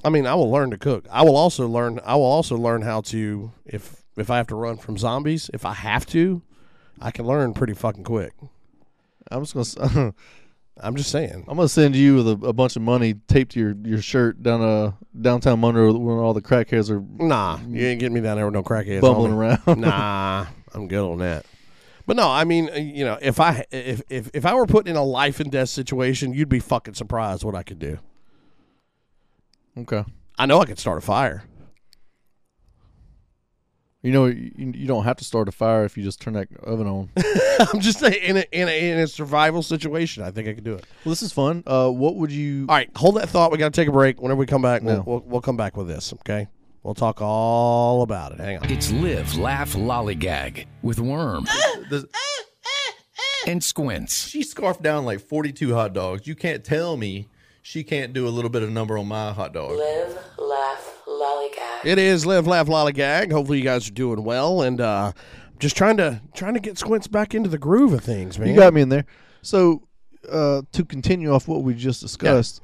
I mean, I will learn to cook. I will also learn. I will also learn how to if if I have to run from zombies. If I have to, I can learn pretty fucking quick. I'm just gonna s- I'm just saying. I'm gonna send you with a, a bunch of money taped to your, your shirt down uh downtown Monroe when all the crackheads are Nah, you ain't getting me down there with no crackheads. bumbling homie. around. Nah, I'm good on that. But no, I mean, uh, you know, if I if if if I were put in a life and death situation, you'd be fucking surprised what I could do. okay. I know I could start a fire. You know you, you don't have to start a fire if you just turn that oven on. well, I'm just saying, in a, in a in a survival situation, I think I could do it. this is fun. Uh, what would you? All right, hold that thought. We got to take a break. Whenever we come back, No. we'll, we'll we'll come back with this. Okay, we'll talk all about it. Hang on. It's Live, Laugh, Lollygag with Worm Does, and Squints. she scarfed down like 42 hot dogs. You can't tell me she can't do a little bit of number on my hot dog. Live, laugh, lollygag. It is live, laugh, lollygag. Hopefully, you guys are doing well, and uh, just trying to trying to get Squints back into the groove of things, man. You got me in there. So, uh, to continue off what we just discussed,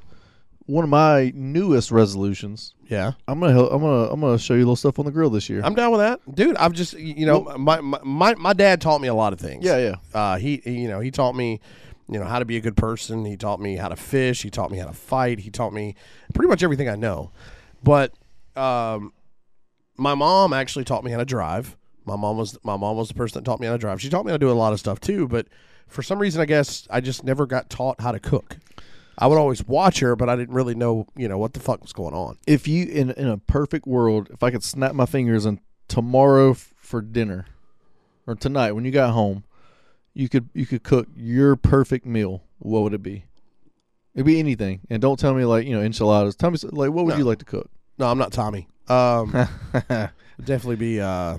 one of my newest resolutions. yeah, I'm gonna help, I'm gonna I'm gonna show you a little stuff on the grill this year. I'm down with that, dude. I've just you know my, my my my dad taught me a lot of things. yeah, yeah. Uh, he, he- you know he taught me you know how to be a good person. He taught me how to fish. He taught me how to fight. He taught me pretty much everything I know. But um, my mom actually taught me how to drive. My mom was my mom was the person that taught me how to drive. She taught me how to do a lot of stuff too. But for some reason, I guess I just never got taught how to cook. I would always watch her, but I didn't really know you know what the fuck was going on. If you in in a perfect world, if I could snap my fingers and tomorrow f- for dinner, or tonight when you got home, you could you could cook your perfect meal. What would it be? It'd be anything. And don't tell me like you know enchiladas. Tell me so- like what would you like to cook? No, I'm not Tommy. Um, definitely be uh,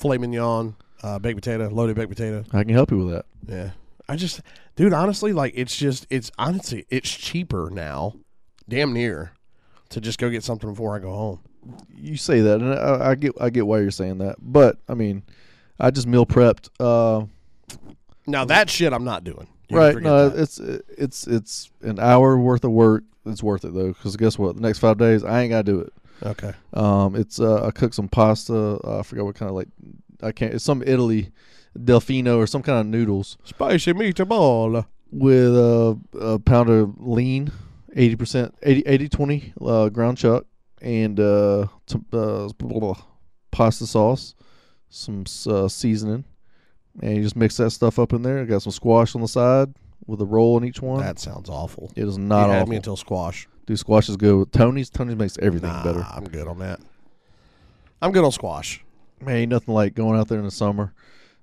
filet mignon, uh, baked potato, loaded baked potato. I can help you with that. Yeah. I just, dude, honestly, like it's just, it's honestly, it's cheaper now, damn near, to just go get something before I go home. You say that, and I, I get I get why you're saying that. But I mean, I just meal prepped. Uh, Now that shit I'm not doing. You can right? forget No, that. it's it's it's an hour worth of work. It's worth it though, because guess what? The next five days, I ain't gotta do it. Okay. Um, it's uh, I cooked some pasta. Uh, I forgot what kind of like I can't. It's some Italy, Delfino or some kind of noodles Spicy meatball. with a, a pound of lean, 80 percent, 80 20 uh, ground chuck, and uh, t- uh, blah, blah, blah, pasta sauce, some s- uh, seasoning, and you just mix that stuff up in there. I got some squash on the side with a roll in each one. That sounds awful. it is You not had awful. me until squash. Dude, squash is good. With Tony's Tony's makes everything Nah, better. I'm good on that. I'm good on squash. Man, ain't nothing like going out there in the summer,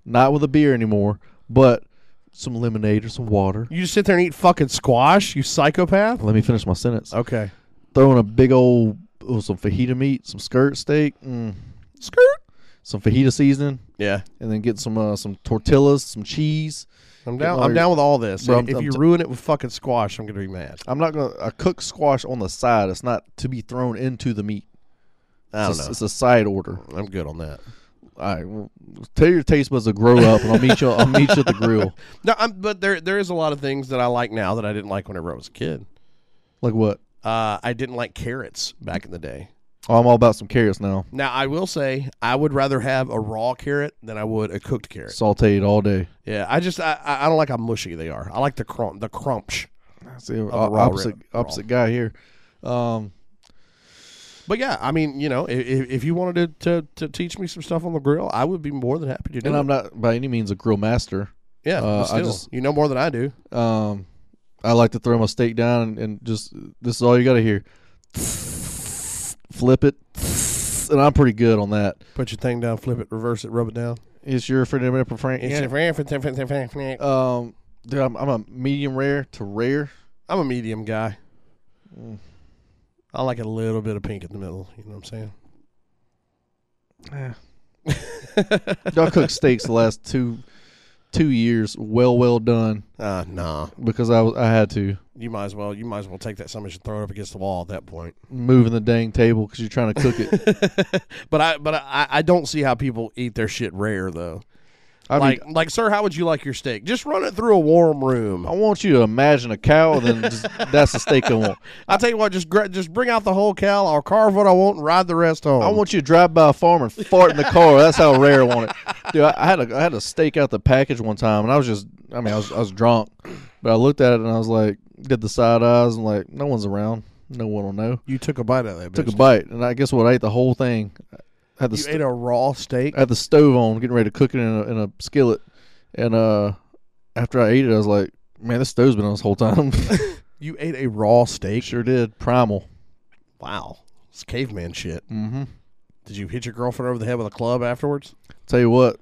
not with a beer anymore, but some lemonade or some water. You just sit there and eat fucking squash, you psychopath. Let me finish my sentence. Okay. Throwing a big old oh, some fajita meat, some skirt steak, mm, Skirt. some fajita seasoning, Yeah. and then get some uh, some tortillas, some cheese. I'm Getting down. all I'm your- down with all this. Bro, I'm- if I'm you t- ruin it with fucking squash, I'm gonna be mad. I'm not gonna I cook squash on the side. It's not to be thrown into the meat. I It's, a, it's a side order. I'm good on that. All right, well, tell your taste buds to grow up, and I'll meet you. I'll meet you at the grill. No, I'm, but there there is a lot of things that I like now that I didn't like whenever I was a kid. Like what? Uh, I didn't like carrots back in the day. Oh, I'm all about some carrots now. Now I will say I would rather have a raw carrot than I would a cooked carrot. Sauteed all day. Yeah, I just I, I I don't like how mushy they are. I like the crump the crunch. See, o- a raw opposite rib- raw. opposite guy here. Um, But yeah, I mean, you know, if, if you wanted to, to to teach me some stuff on the grill, I would be more than happy to do and it. I'm not by any means a grill master. yeah, uh, but I still, just- you know more than I do. Um, I like to throw my steak down and, and just this is all you got to hear. Flip it, and I'm pretty good on that. Put your thing down, flip it, reverse it, rub it down. It's your freedom and Frank. Uh, Um, dude, I'm, I'm a medium rare to rare. I'm a medium guy. I like a little bit of pink in the middle. You know what I'm saying? I cooked steaks the last two two years, well, well done Uh, nah. because I was I had to You might as well. You might as well take that sandwich and throw it up against the wall at that point. moving the dang table because you're trying to cook it. But I, but I, I don't see how people eat their shit rare though. I mean, like, like, sir, how would you like your steak? Just run it through a warm room. I want you to imagine a cow, and then just, that's the steak I want. I tell you what, just gra- just bring out the whole cow. I'll carve what I want and ride the rest home. I want you to drive by a farm and fart in the car. That's how rare I want it, dude. I, I had a I had a steak out the package one time, and I was just I mean I was I was drunk, but I looked at it and I was like, did the side eyes and like no one's around, no one will know. you took a bite of that. Took a bitch. bite, and I guess what I ate the whole thing. I had the You st- ate a raw steak. I had the stove on, getting ready to cook it in a, in a skillet, and uh, after I ate it, I was like, man, this stove's been on this whole time. You ate a raw steak. sure did primal. Wow, it's caveman shit. Mm-hmm. Did you hit your girlfriend over the head with a club afterwards? Tell you what.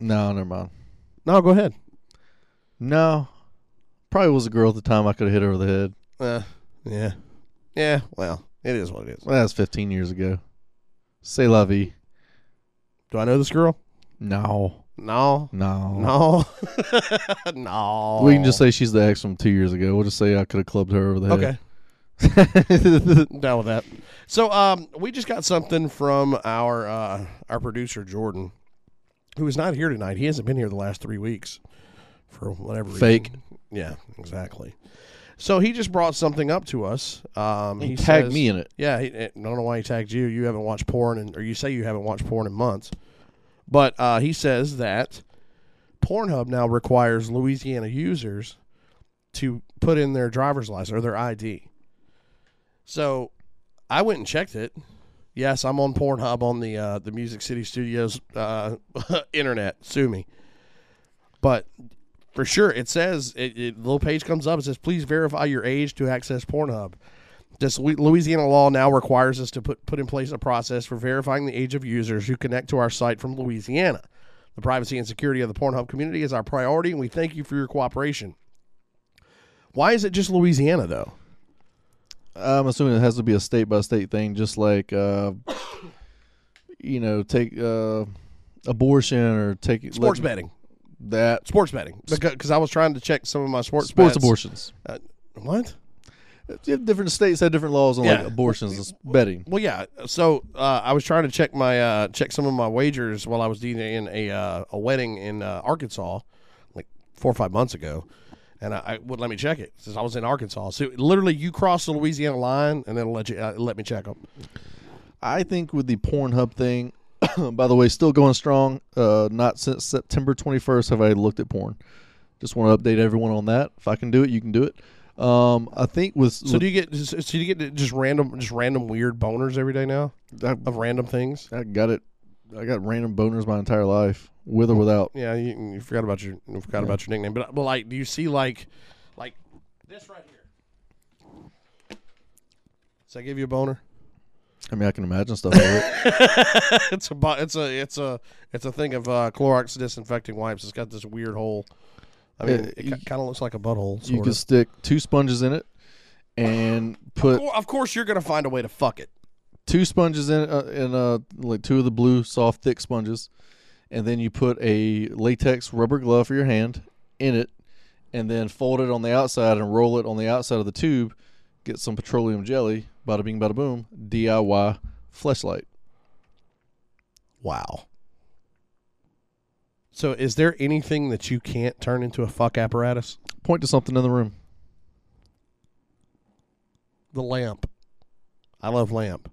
No, never mind. No, go ahead. No. Probably was a girl at the time I could have hit her over the head. Uh, yeah, yeah. Well, it is what it is. Well, that was 15 years ago. Say la vie. Do I know this girl? No. No, No. no, no. We can just say she's the ex from two years ago. We'll just say I could have clubbed her over the okay. head. I'm down with that. So um, we just got something from our uh, our producer Jordan, who is not here tonight. He hasn't been here the last three weeks for whatever Fake. reason. Yeah, exactly. So he just brought something up to us. Um, He tagged me in it. Yeah, he, I don't know why he tagged you. You haven't watched porn, and or you say you haven't watched porn in months. But uh, he says that Pornhub now requires Louisiana users to put in their driver's license or their ID. So I went and checked it. Yes, I'm on Pornhub on the uh, the Music City Studios uh, internet. Sue me, but for sure it says it, it little page comes up. It says please verify your age to access Pornhub. This Lu- Louisiana law now requires us to put put in place a process for verifying the age of users who connect to our site from Louisiana. The privacy and security of the Pornhub community is our priority, and we thank you for your cooperation. Why is it just Louisiana though? I'm assuming it has to be a state by state thing, just like uh, you know, take uh, abortion or take let- Sports betting. that Sports betting. Because I was trying to check some of my sports sports bets. abortions. Uh, what? Yeah, Different states have different laws on Yeah. like abortions and s- betting. Well, yeah. So uh, I was trying to check my uh, check some of my wagers while I was DJing a uh, a wedding in uh, Arkansas, like four or five months ago, and I, I wouldn't let me check it since I was in Arkansas. So literally, you cross the Louisiana line, and then it'll let you uh, let me check them. I think with the Pornhub thing, by the way, still going strong. Uh, not since September 21st have I looked at porn. Just want to update everyone on that. If I can do it, you can do it. Um, I think with, So do you get so do you get just random just random weird boners every day now I, of random things? I got it. I got random boners my entire life, with or without. Yeah, you, you forgot about your you forgot about your nickname, but but like, do you see like like this right here? Does that give you a boner? I mean, I can imagine stuff. Like it. It's a bo- it's a it's a it's a thing of uh, Clorox disinfecting wipes. It's got this weird hole. I mean, Yeah, it, you- kind of looks like a butthole. you sort can of. stick two sponges in it and Of put cour- of course, you're gonna find a way to fuck it. two sponges in uh, in uh like two of the blue soft thick sponges, and then you put a latex rubber glove for your hand in it, and then fold it on the outside and roll it on the outside of the tube. Get some petroleum jelly. Bada bing, bada boom. DIY fleshlight. Wow. So, is there anything that you can't turn into a fuck apparatus? Point to something in the room. The lamp. I love lamp.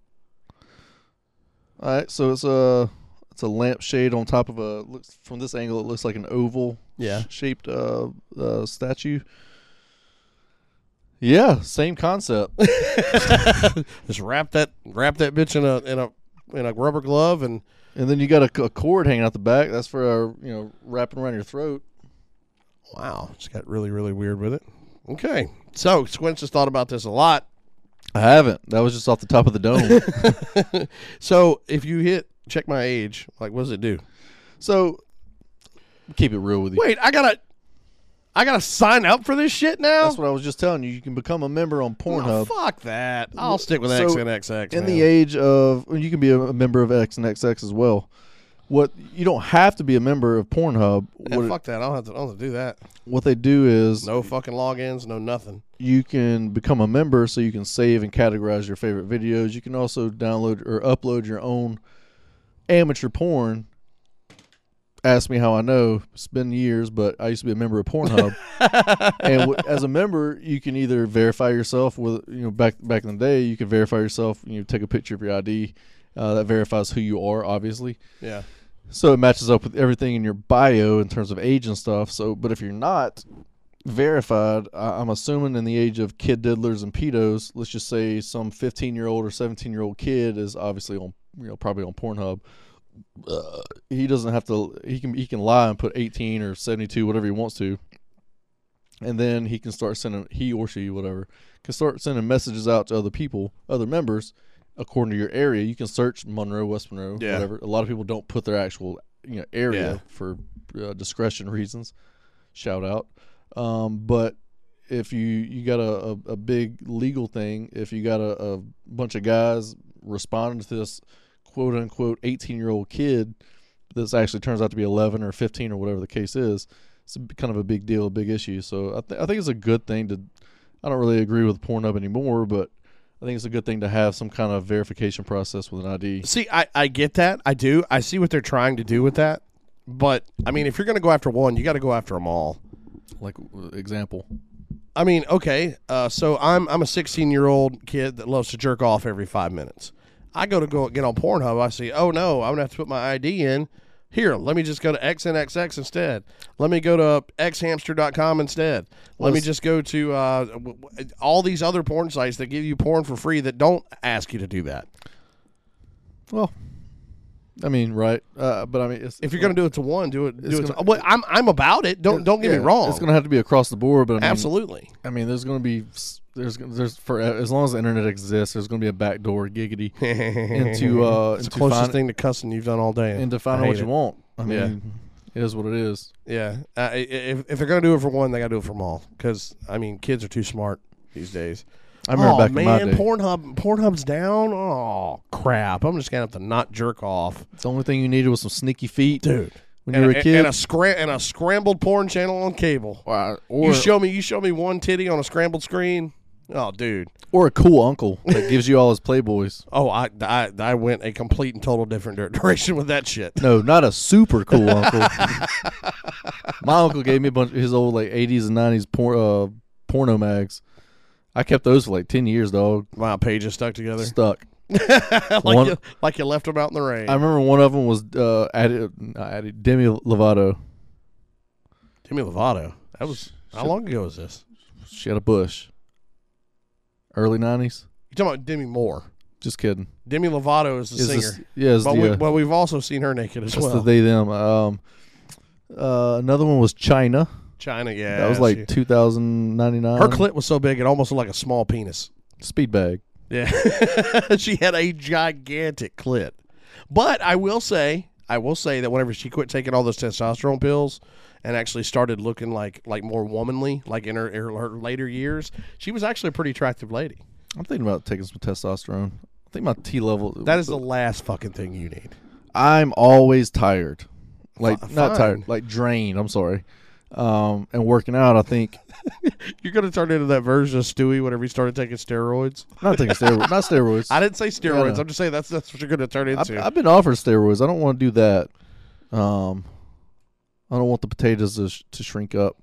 All right, so it's a it's a lampshade on top of a looks from this angle. It looks like an oval, Yeah. sh- shaped uh, uh statue. Yeah, same concept. Just wrap that wrap that bitch in a in a in a rubber glove and And then you got a c- a, cord hanging out the back. That's for uh, you know wrapping around your throat. wow, just got really really weird with it. Okay, so Squinch has thought about this a lot. I haven't. That was just off the top of the dome. So if you hit check my age, like what does it do? so keep it real with you. Wait, I gotta, I gotta sign up for this shit now. That's what I was just telling you. You can become a member on Oh, Pornhub. fuck that. I'll stick with So, X and XX. in man. the age of well, you can be a, a member of X and XX as well. What you don't have to be a member of Pornhub. Yeah, What, fuck that. I don't have to. I don't have to do that. what they do is No fucking logins. No nothing. you can become a member so you can save and categorize your favorite videos. You can also download or upload your own amateur porn. Ask me how I know. It's been years, but I used to be a member of Pornhub. and w- as a member, you can either verify yourself with you know back back in the day, you could verify yourself. You know, take a picture of your ID uh, that verifies who you are, obviously. Yeah. So it matches up with everything in your bio in terms of age and stuff. So, but if you're not verified, I, I'm assuming in the age of kid diddlers and pedos, let's just say some 15 year old or 17 year old kid is obviously on, you know, probably on Pornhub. Uh, he doesn't have to. He can he can lie and put 18 or 72, whatever he wants to, and then he can start sending he or she whatever can start sending messages out to other people, other members, according to your area. You can search Monroe, West Monroe, Yeah. whatever. A lot of people don't put their actual you know area Yeah. for uh, discretion reasons. Shout out, um, but if you you got a, a, a big legal thing, if you got a, a bunch of guys responding to this quote unquote 18 year old kid this actually turns out to be 11 or 15 or whatever the case is, it's a b- kind of a big deal, a big issue. So I, th- I think it's a good thing to. I don't really agree with Pornhub anymore, but I think it's a good thing to have some kind of verification process with an ID. See, I, I get that. I do. I see what they're trying to do with that. But I mean, if you're gonna go after one, you got to go after them all. Like example, I mean, okay. Uh, so I'm I'm a 16 year old kid that loves to jerk off every five minutes. I go to go get on Pornhub. I see, oh no, I'm gonna have to put my ID in. Here, let me just go to XNXX instead. Let me go to xhamster.com instead. Let me just go to uh, w- w- all these other porn sites that give you porn for free that don't ask you to do that. well, I mean, right? Uh, but I mean, it's, If you're gonna do it to one, do it. Do it gonna- to, uh, well, I'm I'm about it. Don't don't get yeah, me wrong. it's going to have to be across the board. But I mean, Absolutely. I mean, there's going to be s- there's gonna- there's for uh, as long as the internet exists, there's going to be a backdoor giggity into uh It's the into closest fin- thing to cussing you've done all day. into I finding what hate you it. want. I mean, Yeah. it is what it is. Yeah, uh, i- i- if if they're gonna do it for one, they gotta do it for them all. Because I mean, kids are too smart these days. I remember oh, back man, in my day. Pornhub, Pornhub's down. Oh crap! I'm just gonna have to not jerk off, The only thing you needed was some sneaky feet, dude. When you And, were a- a kid, and a uh, scram and a scrambled porn channel on cable. or, you or, show me, you show me one titty on a scrambled screen. Oh, dude. or a cool uncle that gives you all his playboys. Oh, I, I, I went a complete and total different dir- direction with that shit. No, not a super cool uncle. My uncle gave me a bunch of his old like '80s and '90s por- uh, porno mags. I kept those for like ten years, dog. Wow, pages stuck together. Stuck. like, One- you, like you left them out in the rain. I remember one of them was uh, Adi, not Adi, Demi Lovato. Demi Lovato. That was how long ago was this? She had a bush. Early '90s. You talking about Demi Moore? Just kidding. Demi Lovato is the Is singer. this- yeah, is but the, we, uh, but we've also seen her naked as that's well. the they them. Um, uh, another one was China. China, yeah. That was she- like 2099. her clit was so big it almost looked like a small penis. speed bag. Yeah, she had a gigantic clit. But I will say, I will say that whenever she quit taking all those testosterone pills and actually started looking like like more womanly, like in her, her, her later years, she was actually a pretty attractive lady. I'm thinking about taking some testosterone. I think my T level. That is the last fucking thing you need. I'm always tired. Like Fi- not fine. tired, like drained. I'm sorry. Um, and working out, I think You're gonna turn into that version of Stewie whenever you started taking steroids. not taking steroids, not steroids. I didn't say steroids. no. I'm just saying that's that's what you're gonna turn I've, into. I've been offered steroids. I don't want to do that. Um, I don't want the potatoes to, sh- to shrink up.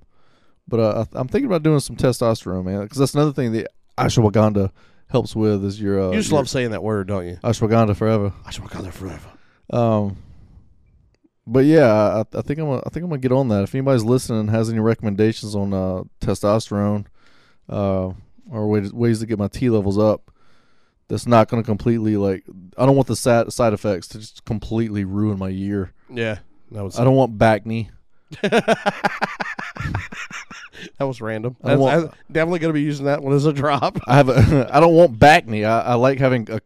But uh, I- I'm thinking about doing some testosterone, man, because that's another thing that ashwagandha helps with is your. Uh, you just your love saying that word, don't you? ashwagandha forever. I just want to go there forever. Um, but yeah, I, I think I'm gonna, I think I'm gonna get on that. If anybody's listening and has any recommendations on uh, testosterone, uh, or ways ways to get my T levels up, that's not gonna completely like I don't want the side side effects to just completely ruin my year. Yeah, that was I don't want back knee. that was random. I don't That's, want- I'm definitely gonna be using that one as a drop. I have a, I don't want back knee. I, I like having a,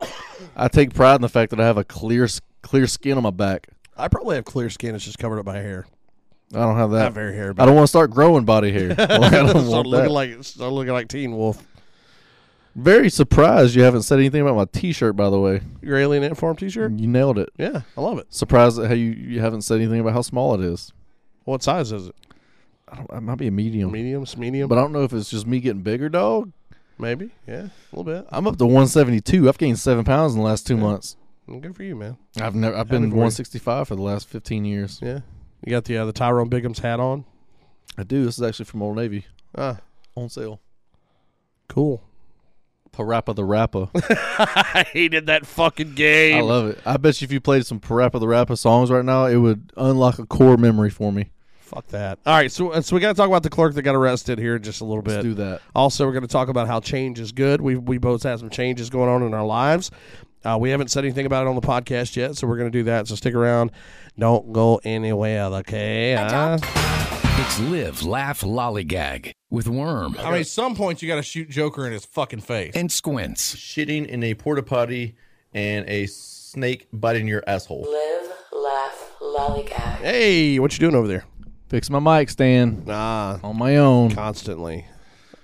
I take pride in the fact that I have a clear s- clear skin on my back. I probably have clear skin. It's just covered up by hair. I don't have that. Not very hair, I don't want to start growing body hair. Like, I don't Start want looking that. like start looking like Teen Wolf. Very surprised you haven't said anything about my T-shirt, by the way. Your alien ant form T-shirt. You nailed it. Yeah, I love it. Surprised at how you, you haven't said anything about how small it is. What size is it? I don't, it might be a medium, Medium, medium, but I don't know if it's just me getting bigger, dog. maybe. Yeah, a little bit. I'm up to 172. I've gained seven pounds in the last two months. Mm, Good for you, man. I've never. I've Happy been for you. 165 for the last 15 years. Yeah, you got the uh, the Tyrone Bigum's hat on. I do. This is actually from Old Navy Ah, on sale. cool. Parappa the Rapper. I hated that fucking game. I love it. I bet you if you played some Parappa the Rapper songs right now, it would unlock a core memory for me. Fuck that. All right, so uh, so we got to talk about the clerk that got arrested here in just a little bit. Let's do that. Also, we're going to talk about how change is good. We we both have some changes going on in our lives. Uh, we haven't said anything about it on the podcast yet, so we're going to do that. So stick around. Don't go anywhere, okay? huh? It's Live, Laugh, Lollygag with Worm I mean, at some point you got to shoot Joker in his fucking face. and Squints. Shitting in a porta potty and a snake biting your asshole. Live, laugh, lollygag. Hey, what you doing over there? Fix my mic stand Ah, on my own. constantly.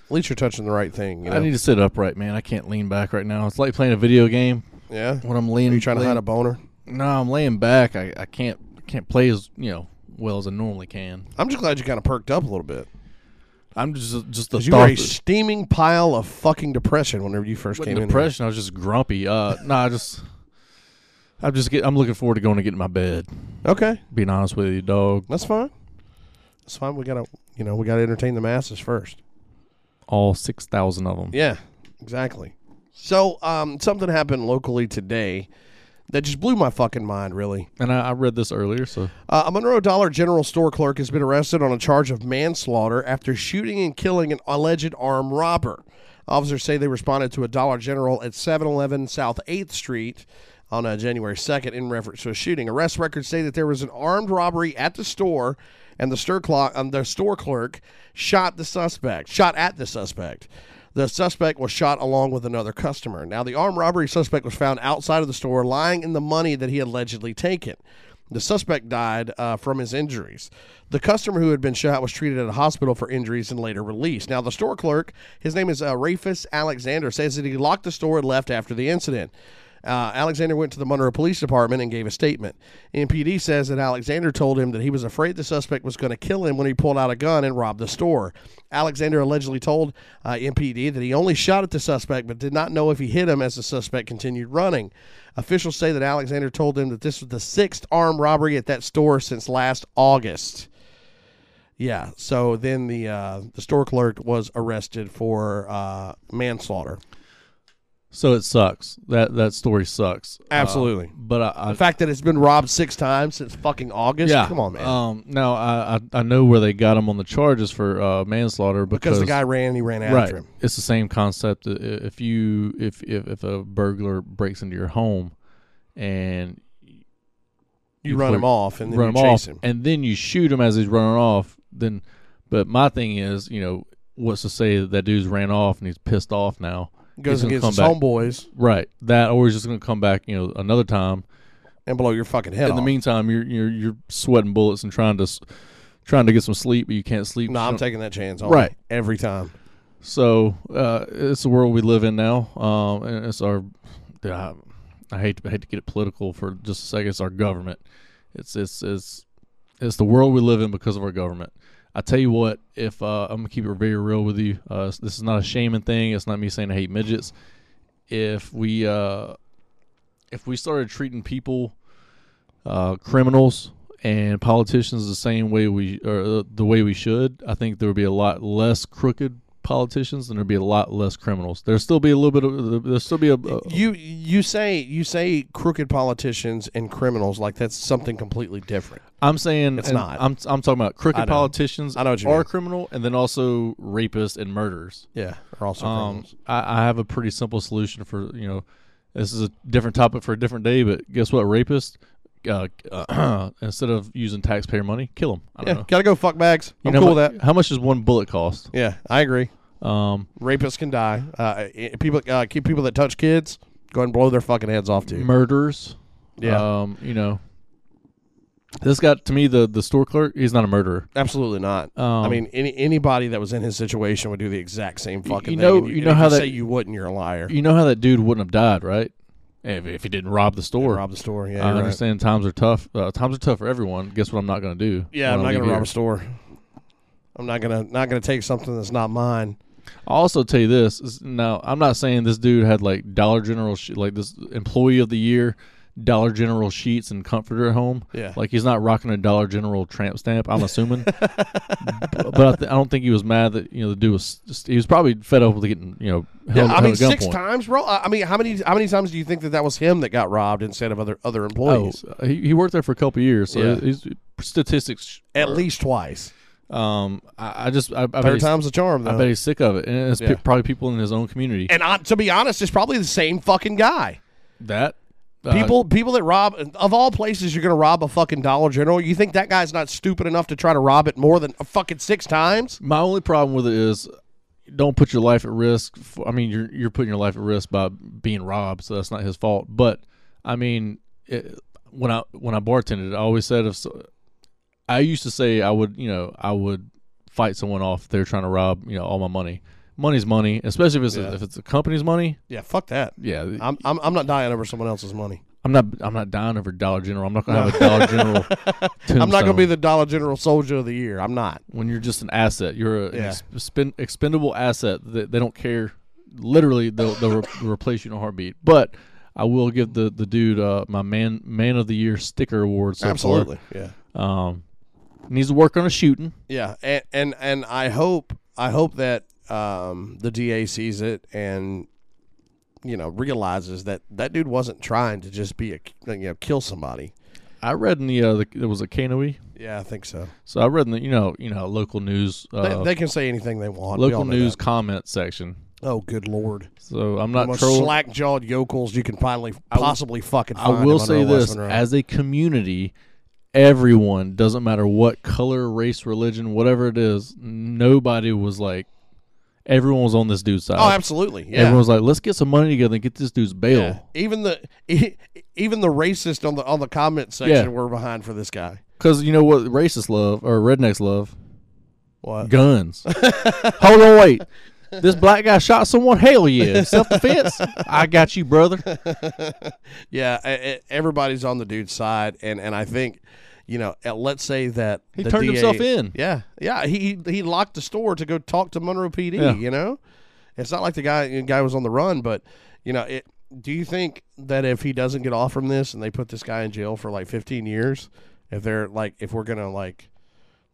At least you're touching the right thing. You know? I need to sit upright, man. I can't lean back right now. It's like playing a video game yeah. when I'm leaning. You trying to hide a boner? No, I'm laying back. I, I can't can't play as you know well as I normally can. I'm just glad you kind of perked up a little bit. I'm just just the 'Cause You were thought a steaming pile of fucking depression whenever you first that- came in. here. depression. I was just grumpy. Uh, no, I just I'm just get, I'm looking forward to going to get in my bed. Okay, Being honest with you, dog. that's fine. That's fine. We gotta, you know, we gotta entertain the masses first. All six thousand of them. Yeah, exactly. So, um, something happened locally today that just blew my fucking mind. Really, And I, I read this earlier, so uh, a Monroe Dollar General store clerk has been arrested on a charge of manslaughter after shooting and killing an alleged armed robber. Officers say they responded to a Dollar General at 711 South 8th Street on uh, January 2nd in reference to a shooting. Arrest records say that there was an armed robbery at the store, and the, stir clock, um, the store clerk shot the suspect, shot at the suspect. The suspect was shot along with another customer. Now, the armed robbery suspect was found outside of the store lying in the money that he allegedly taken. The suspect died uh, from his injuries. The customer who had been shot was treated at a hospital for injuries and later released. Now, the store clerk, his name is uh, Rafus Alexander, says that he locked the store and left after the incident. Uh, Alexander went to the Monroe Police Department and gave a statement. NPD says that Alexander told him that he was afraid the suspect was going to kill him when he pulled out a gun and robbed the store. Alexander allegedly told uh, NPD that he only shot at the suspect but did not know if he hit him as the suspect continued running. Officials say that Alexander told them that this was the sixth armed robbery at that store since last August. Yeah, so then the uh, the store clerk was arrested for uh, manslaughter. Um, So it sucks. That that story sucks. Absolutely. Uh, but I, I The fact that it's been robbed six times since fucking August. yeah. come on, man. Um, now I, I I know where they got him on the charges for uh, manslaughter because because, the guy ran, he ran after right. him. It's the same concept. I- If you if if if a burglar breaks into your home and You, run flirt- him off and then run you him chase off, him. and then you shoot him as he's running off. Then, but my thing is, you know, what's to say that that dude's ran off and he's pissed off now? Goes He's gonna against come his back, homeboys right? That or he's just going to come back, you know, another time. and blow your fucking head In the off. meantime, you're you're you're sweating bullets and trying to s- trying to get some sleep, but you can't sleep. no, I'm So- taking that chance. on Right. him every time. So uh, it's the world we live in now. Um, and it's our, I, I hate to, I hate to get it political for just a second. It's our government. It's it's it's it's the world we live in because of our government. I tell you what, if uh, I'm gonna keep it very real with you, uh, this is not a shaming thing. It's not me saying I hate midgets. If we uh, if we started treating people, uh, criminals and politicians the same way we or uh, the way we should, I think there would be a lot less crooked politicians and there'd be a lot less criminals. There'd still be a little bit of there'd still be a uh, You you say you say crooked politicians and criminals like that's something completely different. I'm saying It's and not. I'm I'm talking about I crooked know. politicians I know what you are mean. criminal and then also rapists and murderers. Yeah, are also Um, criminals. I, I have a pretty simple solution for you know, this is a different topic for a different day, but guess what, rapists. Uh, instead of using taxpayer money, kill them. I don't Yeah, know. gotta go fuck bags. You I'm know cool how with mu- that. How much does one bullet cost? Yeah, I agree. Um, Rapists can die. Uh, i- people uh, keep people that touch kids. Go ahead and blow their fucking heads off, dude. murders. Yeah. Um, you know, this got to me the the store clerk. He's not a murderer. Absolutely not. I Um, mean, any anybody that was in his situation would do the exact same fucking you know- thing. And you and know if how you that- say you wouldn't, you're a liar. You know how that dude wouldn't have died, right? If, if he didn't rob the store. rob the store. Yeah, I you're right. understand times are tough. Uh, times are tough for everyone. Guess what? I'm not going to do. Yeah, I'm when I not leave gonna rob here. a store. I'm not gonna not gonna take something that's not mine. I'll also tell you this. is- Now, I'm not saying this dude had like Dollar General, sh- like this employee of the year, Dollar General sheets and comforter at home. Yeah. Like he's not rocking a Dollar General tramp stamp, I'm assuming. B- but I, th- I don't think he was mad that, you know, the dude was, just, he was probably fed up with getting, you know, held, Yeah, I mean, held at six gunpoint. times, bro. I I mean, how many how many times do you think that that was him that got robbed instead of other other Oh, employees? he, he worked there for a couple years, so Yeah. his statistics. At least twice. Um, I, I just I, I bet Third he's- time's the charm, I though. bet he's sick of it, and it's pe- Yeah. probably people in his own community and I, to be honest, it's probably the same fucking guy. that uh, People people that rob of all places, you're gonna rob a fucking Dollar General. You think that guy's not stupid enough to try to rob it more than a fucking six times? My only problem with it is don't put your life at risk. For, I mean, you're you're putting your life at risk by being robbed, so that's not his fault. But I mean, it, when I when I bartended, I always said if so, I used to say I would, you know, I would fight someone off if they're trying to rob, you know, all my money. Money's money, especially if it's if it's a company's money. Yeah, fuck that. Yeah, I'm, I'm I'm, I'm not dying over someone else's money. not I'm not dying over Dollar General. I'm not gonna have a Dollar General. I'm not gonna tombstone. be the Dollar General soldier of the year. I'm not. when you're just an asset. You're a, an Yeah. ex- spend, expendable asset. They, they don't care. Literally, they'll, they'll re- replace you in a heartbeat. But I will give the the dude uh, my man man of the year sticker award. So far. Absolutely. Yeah. Um, needs to work on a shooting. Yeah, and and, and I hope I hope that um, the DA sees it and you know realizes that that dude wasn't trying to just be a you know kill somebody. I read in the, uh, the there was a canoe. Yeah, I think so. So I read in the you know you know local news They, uh, they can say anything they want. We all local know news that. comment section. Oh, good lord! So I'm The not most trolling. slack jawed yokels you can finally possibly fucking. I Find will in say Monroe, West this: Monroe. as a community, everyone doesn't matter what color, race, religion, whatever it is. Nobody was like, everyone was on this dude's side. Oh, absolutely. Yeah. Everyone was like, let's get some money together and get this dude's bail. Yeah. Even the e- even the racist on the on the comment section Yeah. were behind for this guy. Because you know what racists love or rednecks love? What? Guns. Hold on, wait. This black guy shot someone? Hell yeah. Self defense? I got you, brother. Yeah, e- e- everybody's on the dude's side, and and I think, you know, uh, let's say that He the turned DA himself in. Yeah, yeah, he he locked the store to go talk to Monroe PD. Yeah. You know, it's not like the guy the guy was on the run, but you know, it, do you think that if he doesn't get off from this and they put this guy in jail for like 15 years, if they're like if we're gonna like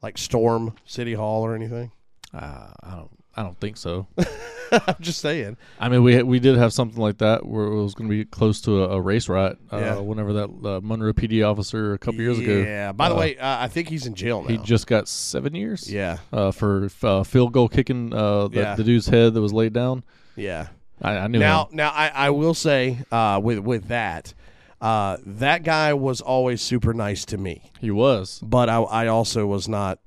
like storm City Hall or anything? Uh, I don't. I don't think so. I'm just saying. I mean, we we did have something like that where it was going to be close to a, a race riot. Uh, Yeah. Whenever that uh, Monroe PD officer a couple years ago, Yeah. By the uh, way, uh, I think he's in jail now. he just got seven years. yeah, uh, for uh, field goal kicking uh, the, Yeah. the dude's head that was laid down. yeah. I, I knew Now, him. now I, I will say uh, with with that, uh, that guy was always super nice to me, he was. but I, I also was not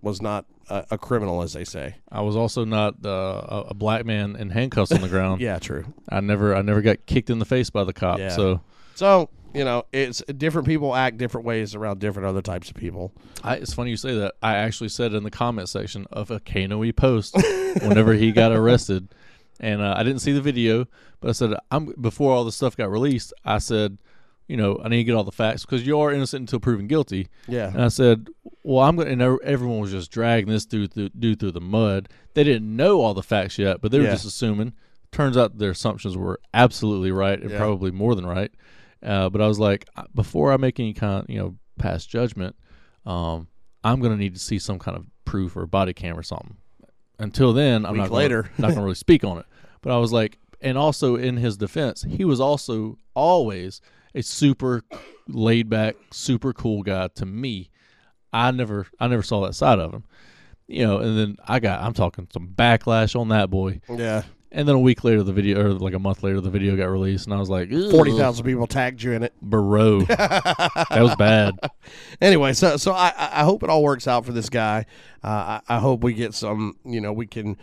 was not a, a criminal, as they say. I was also not uh, a, a black man in handcuffs on the ground. Yeah, true. I never, I never got kicked in the face by the cop. Yeah. So, So you know, it's different people act different ways around different other types of people. I, it's funny you say that. I actually said in the comment section of a Kanoe E post whenever he got arrested, and uh, I didn't see the video, but I said I'm before all the stuff got released. I said, you know, I need to get all the facts because you are innocent until proven guilty. Yeah. And I said, well, I'm going to. Everyone was just dragging this dude through, dude through the mud. They didn't know all the facts yet, but they were Yeah. just assuming. Turns out their assumptions were absolutely right and Yeah. probably more than right. Uh, but I was like, "Uh, before I make any kind, you know, past judgment, um, I'm going to need to see some kind of proof or body cam or something. Until then, I'm Week not later. gonna, not going to really speak on it. But I was like, and also in his defense, he was also always a super laid back, super cool guy to me. I never, I never saw that side of him, you know. And then I got, I'm talking some backlash on that boy. Yeah, And then a week later, the video, or like a month later, the video got released, and I was like, "Ew, forty thousand people tagged you in it. bro, that was bad. anyway, so so I I I hope it all works out for this guy. Uh, I, I hope we get some. You know, we can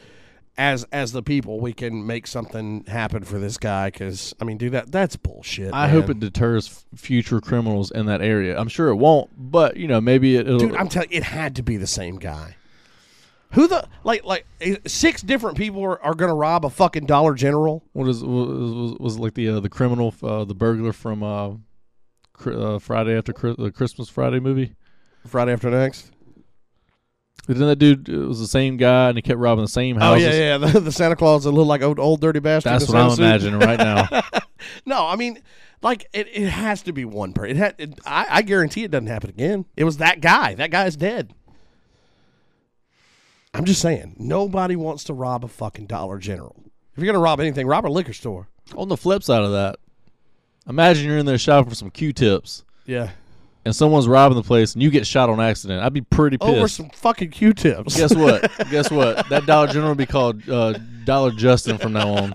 as as the people we can make something happen for this guy because I mean, dude, that that's bullshit. I man. hope it deters f- future criminals in that area. I'm sure it won't, but you know, maybe it, it'll. dude. I'm telling, it had to be the same guy. Who the like like eh, six different people are, are gonna rob a fucking Dollar General? what is was, was, was like the uh, the criminal, uh, the burglar from uh, Cri- uh, Friday after Chri- the Christmas Friday movie? Friday after next. But then that dude it was the same guy, and he kept robbing the same Oh houses. yeah, yeah. The, the Santa Claus that looked like old, old dirty bastard. That's in what I'm the suit. imagining right now. No, I mean, like it, it has to be one person. It had. It, I, I guarantee it doesn't happen again. It was that guy. That guy is dead. I'm just saying, nobody wants to rob a fucking Dollar General. If you're gonna rob anything, rob a liquor store. On the flip side of that, imagine you're in there shopping for some Q-tips, Yeah. and someone's robbing the place, and you get shot on accident. I'd be pretty pissed. Over some fucking Q-tips. Guess what? Guess what? That Dollar General will be called uh, Dollar Justin from now on.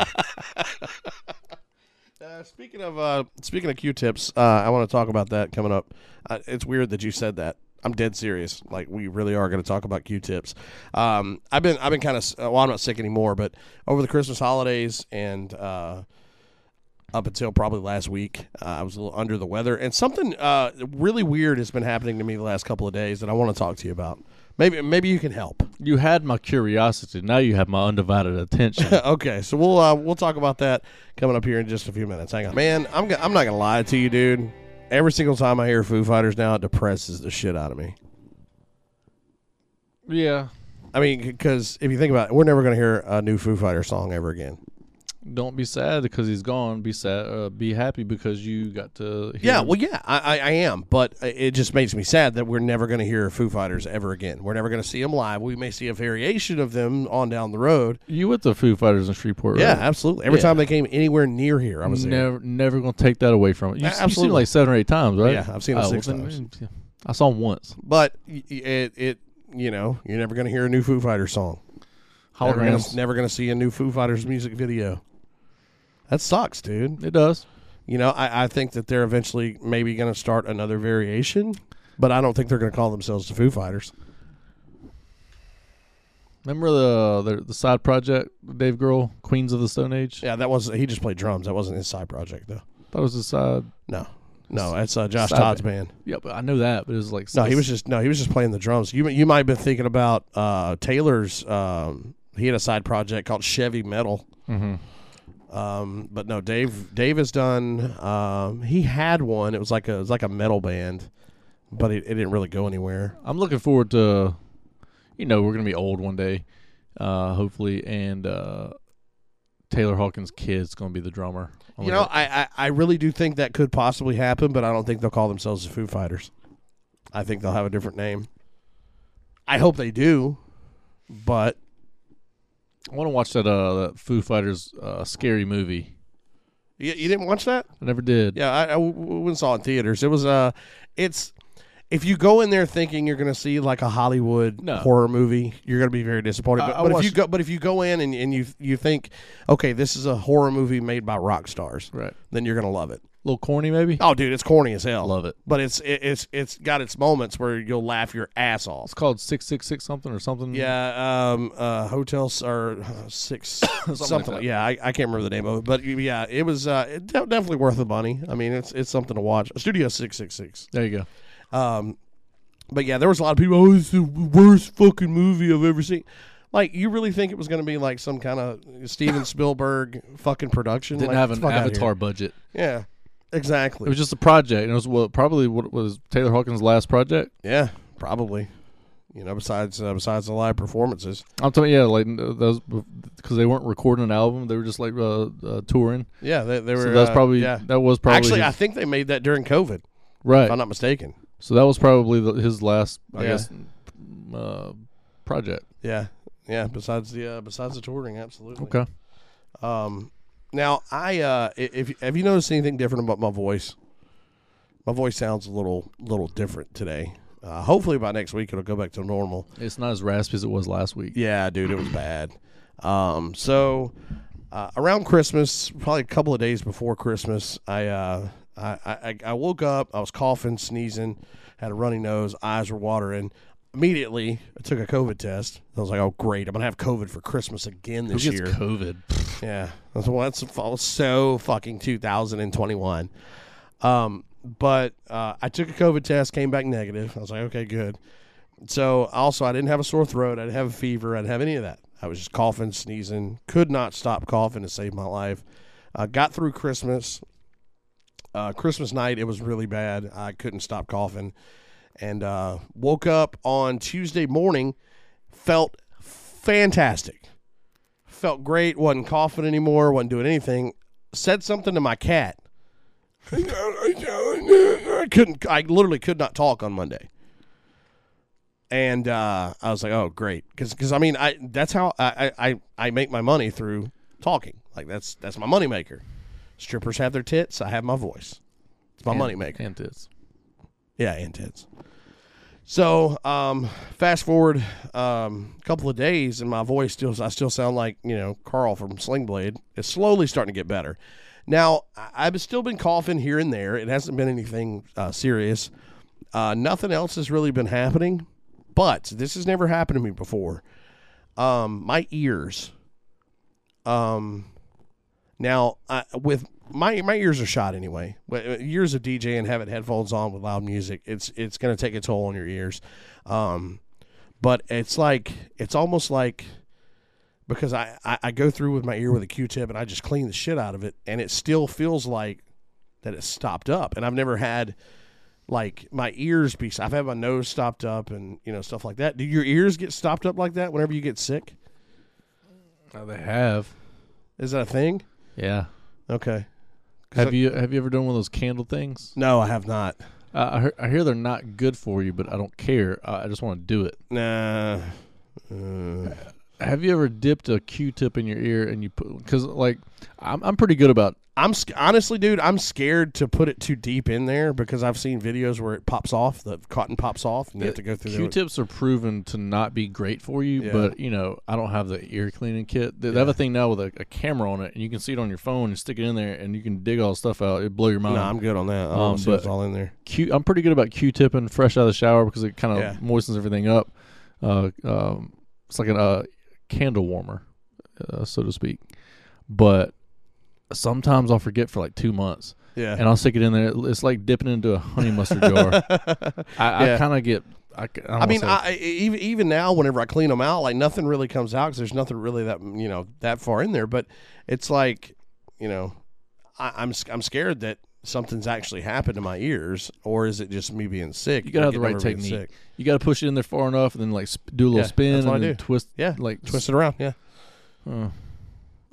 Uh, speaking of uh, speaking of Q-tips, uh, I want to talk about that coming up. Uh, it's weird that you said that. I'm dead serious. Like we really are going to talk about Q-tips. Um, I've been I've been kind of well, I'm not sick anymore, but over the Christmas holidays and uh, up until probably last week, uh, I was a little under the weather, and something uh, really weird has been happening to me the last couple of days that I want to talk to you about. Maybe maybe you can help. You had my curiosity. Now you have my undivided attention. Okay, so we'll uh, we'll talk about that coming up here in just a few minutes. Hang on, man. I'm go- I'm not gonna lie to you, dude. Every single time I hear Foo Fighters now, it depresses the shit out of me. yeah. I mean, because if you think about it, we're never gonna hear a new Foo Fighter song ever again. Don't be sad because he's gone. Be sad. Uh, be happy because you got to. Hear Yeah, well, yeah, I, I, I am, but it just makes me sad that we're never gonna hear Foo Fighters ever again. We're never gonna see them live. We may see a variation of them on down the road. you with the Foo Fighters in Shreveport. Yeah, right? absolutely. Every Yeah. time they came anywhere near here, I was there. never, never gonna take that away from it. You, Uh, have seen absolutely. it like seven or eight times, right? Yeah, I've seen it six then- times. yeah. I saw him once. But y- y- it it you know you're never gonna hear a new Foo Fighters song. Never gonna, Holograms. never gonna see a new Foo Fighters music video. That sucks, dude. It does. You know, I, I think that they're eventually maybe gonna start another variation, but I don't think they're gonna call themselves the Foo Fighters. Remember the the, the side project Dave Grohl, Queens of the Stone Age? Yeah, that was he just played drums. That wasn't his side project though. That was the side. No, no, that's uh, Josh Side Todd's band. band. Yeah, but I know that, but it was like No, he was just no, he was just playing the drums. You you might have been thinking about uh, Taylor's. Um, he had a side project called Chevy Metal. Um, but no, Dave Dave has done. Um, he had one. It was like a it was like a metal band, but it, it didn't really go anywhere. I'm looking forward to, you know, we're gonna be old one day, uh, hopefully, and uh, Taylor Hawkins' kid's gonna be the drummer. I'm You looking- know, I, I I really do think that could possibly happen, but I don't think they'll call themselves the Foo Fighters. I think they'll have a different name. I hope they do, but I want to watch that uh that Foo Fighters uh, scary movie. you, you didn't watch that. I never did. Yeah, I, I w- w- went and saw it in theaters. It was uh it's if you go in there thinking you're gonna see like a Hollywood No. horror movie, you're gonna be very disappointed. I- But, I but if you watched- go, but if you go in and, and you you think, okay, this is a horror movie made by rock stars, Right. then you're gonna love it. little corny maybe. Oh, dude, it's corny as hell. Love it. but it's it, it's it's got its moments where you'll laugh your ass off. It's called six six six something or something. Yeah, um, uh, hotels are six something. that. like- yeah, I, I can't remember the name of it, but yeah, it was uh, it de- definitely worth the money. I mean, it's it's something to watch. Studio Six Six Six. There you go. Um, but yeah, there was a lot of people. Oh, it's the worst fucking movie I've ever seen. Like, you really think it was going to be like some kind of Steven Spielberg fucking production? Didn't Like, have get an the fuck outta Avatar here. budget. Yeah, It exactly. was just a project, and it was what probably what was Taylor Hawkins' last project. yeah, probably. You know, besides uh, besides the live performances. I'm talking yeah, like uh, those because they weren't recording an album; they were just like uh, uh, touring. Yeah, they, they were. So that's uh, probably yeah. that was probably Actually, his- I think they made that during COVID. If right. I'm not mistaken. So that was probably the, his last, I Yeah. guess, uh, project. Yeah, yeah. Besides the uh, besides the touring, absolutely. Okay. Um, now I uh, i- if have you noticed anything different about my voice? My voice sounds a little little different today. Uh, hopefully by next week it'll go back to normal. It's not as raspy as it was last week. Yeah, dude, it was bad. Um, so uh, around Christmas, probably a couple of days before Christmas, I, uh, I, I I woke up. I was coughing, sneezing, had a runny nose, eyes were watering. Immediately, I took a COVID test. I was like, "Oh, great! I'm gonna have COVID for Christmas again Who this gets year." COVID? Yeah, that's well, that's fu- so fucking 2021. Um, but uh, I took a COVID test, came back negative. I was like, okay, good. So also, I didn't have a sore throat. I didn't have a fever. I didn't have any of that. I was just coughing, sneezing. Could not stop coughing to save my life. Uh, got through Christmas. Uh, Christmas night, it was really bad. I couldn't stop coughing, and uh, woke up on Tuesday morning. Felt fantastic felt great, wasn't coughing anymore, wasn't doing anything. Said something to my cat. I couldn't. I literally could not talk on Monday. And uh, I was like, "Oh, great," because I mean, I that's how I, I I- I make my money through talking. Like that's that's my money maker. Strippers have their tits. I have my voice. It's my money maker. And tits. Yeah, intense. So, um, fast forward um, a couple of days, and my voice still, I still sound like, you know, Carl from Sling Blade. It's slowly starting to get better. Now, I- I've still been coughing here and there. It hasn't been anything uh, serious. Uh, nothing else has really been happening, but this has never happened to me before. Um, my ears. Um, now, I, with my my ears are shot anyway. But uh, years of DJ and having headphones on with loud music, it's it's gonna take a toll on your ears. Um, but it's like it's almost like because I, I I go through with my ear with a Q-tip and I just clean the shit out of it, and it still feels like that it's stopped up. And I've never had like my ears be. I've had my nose stopped up and you know stuff like that. Do your ears get stopped up like that whenever you get sick? Now they have. Is that a thing? Yeah. Okay. Have you have you ever done one of those candle things? No, I have not. Uh, I, hear, I hear they're not good for you, but I don't care. I, I just want to do it. Nah. Uh, Have you ever dipped a Q-tip in your ear and you put? Because like, I'm I'm pretty good about. I'm sc- honestly, dude, I'm scared to put it too deep in there because I've seen videos where it pops off, the cotton pops off, and you have to go through. there with- Q-tips are proven to not be great for you, Yeah. but you know I don't have the ear cleaning kit. They they have a thing now with a, a camera on it, and you can see it on your phone and stick it in there, and you can dig all the stuff out. It blow your mind. Nah, I'm good on that. I don't Um, see what's but- all in there. Q, I'm pretty good about Q-tipping fresh out of the shower because it kind of Yeah. moistens everything up. Uh, um, it's like a uh, candle warmer, uh, so to speak. But sometimes I'll forget for like two months, Yeah. and I'll stick it in there. It's like dipping into a honey mustard jar. I, Yeah. I kind of get. I, c- I, I mean, mean, I, I- even even now, whenever I clean them out, like nothing really comes out because there's nothing really that you know that far in there. But it's like, you know, I, I'm s- I'm scared that something's actually happened to my ears, or is it just me being sick? you gotta Like, have the it right never being technique. sick. You gotta push it in there far enough, and then like sp- do a little Yeah, spin, that's what and I then do. twist. Yeah, like Twist it around. Yeah.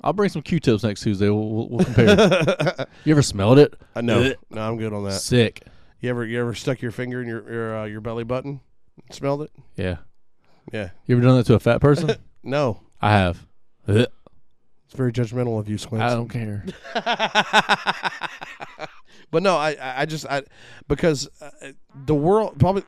I'll bring some Q-tips next Tuesday. We'll, we'll, we'll compare. you ever smelled it? I know. Uh, No, I'm good on that. Sick. You ever you ever stuck your finger in your your, uh, your belly button? and Smelled it? Yeah. Yeah. You ever done that to a fat person? No. I have. Ugh. It's very judgmental of you, I Squints. don't care. But no, I- I I just I because uh, the world probably.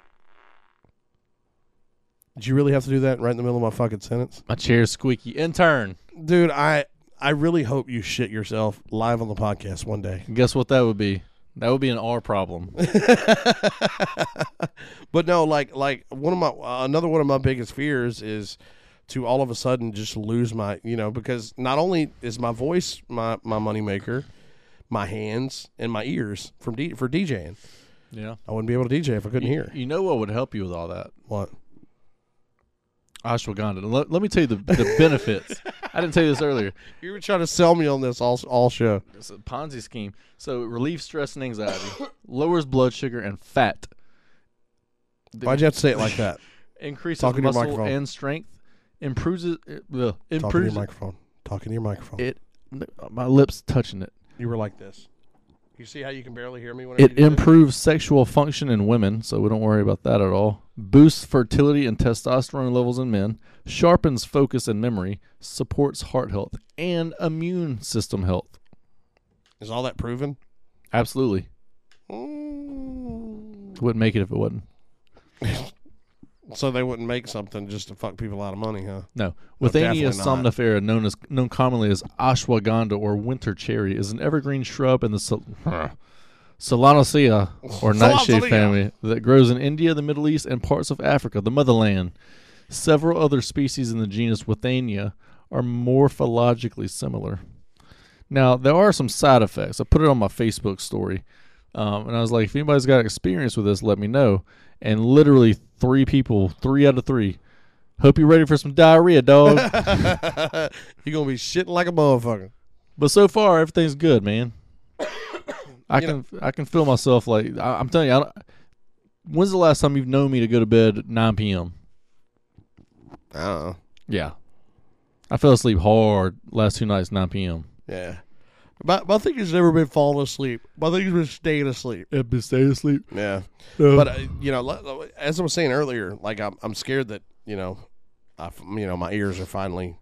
Did you really have to do that right in the middle of my fucking sentence, My chair's squeaky. Intern. dude? I I really hope you shit yourself live on the podcast one day. Guess what that would be? That would be an R problem. But no, like like one of my uh, another one of my biggest fears is to all of a sudden just lose my you know because not only is my voice my my moneymaker, my hands and my ears from D, for DJing. Yeah. I wouldn't be able to DJ if I couldn't hear. You know what would help you with all that? What? Ashwagandha. Let, let me tell you the, the benefits. I didn't tell you this earlier. You were trying to sell me on this all all show. It's a Ponzi scheme. So it relieves stress and anxiety, lowers blood sugar and fat, Why'd you have to say it like that? increases Talk into your muscle microphone. and strength, improves it, uh, Talking to your improves microphone. Talking to your microphone. it. uh, My lips touching it. you were like this. You see how you can barely hear me when It improves sexual function in women, so we don't worry about that at all. Boosts fertility and testosterone levels in men, sharpens focus and memory, supports heart health and immune system health. Is all that proven? Absolutely. Wouldn't make it if it wasn't. So they wouldn't make something just to fuck people out of money, huh? No. definitely Withania not. somnifera, known as known commonly as ashwagandha or winter cherry, is an evergreen shrub in the Sol- Solanacea or nightshade Solanacea. family that grows in India, the Middle East, and parts of Africa, the motherland. Several other species in the genus Withania are morphologically similar. Now there are some side effects. I put it on my Facebook story, um, and I was like, if anybody's got experience with this, let me know. And literally three people, three out of three, hope you're ready for some diarrhea, dog. You're gonna be shitting like a motherfucker. But so far, everything's good, man. I can I can feel myself like I, I'm telling you. I don't, when's the last time you've known me to go to bed at 9 p.m.? I don't know. Yeah, I fell asleep hard last two nights 9 p.m. Yeah. My my thing has never been falling asleep. My thing has been staying asleep. I've been staying asleep. Yeah. But uh, you know, le- as I was saying earlier, like I'm, I'm scared that you know, I f- you know, my ears are finally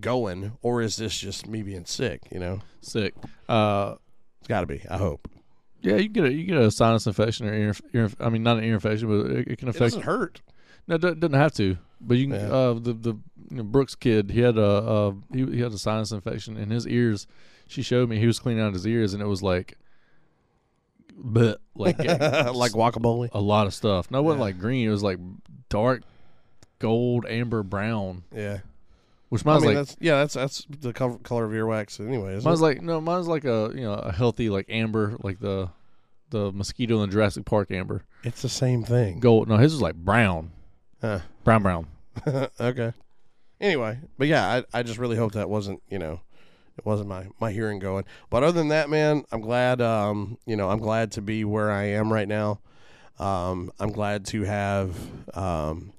going, or is this just me being sick? You know, Sick. Uh, it's got to be. I hope yeah, you can get a you can get a sinus infection or ear, inf- ear inf- I mean not an ear infection, but it, it can it affect. doesn't hurt. No, it do- doesn't have to. But you can. Uh, the the you know, Brooks kid, he had a uh, he, he had a sinus infection in his ears. She showed me he was cleaning out his ears, and it was like, but like like guacamole. a lot of stuff. No, it wasn't like green. It was like dark gold, amber brown, Yeah. which I mine's mean, like that's yeah, that's that's the co- color of earwax anyway. Isn't mine's it? like no, mine's like a you know a healthy like amber like the the mosquito in Jurassic Park amber It's the same thing. gold. No, his was like brown, Huh. brown brown. okay. Anyway, but yeah, I, I just really hope that wasn't you know, it wasn't my my hearing going. But other than that, man, I'm glad um you know I'm glad to be where I am right now. Um, I'm glad to have um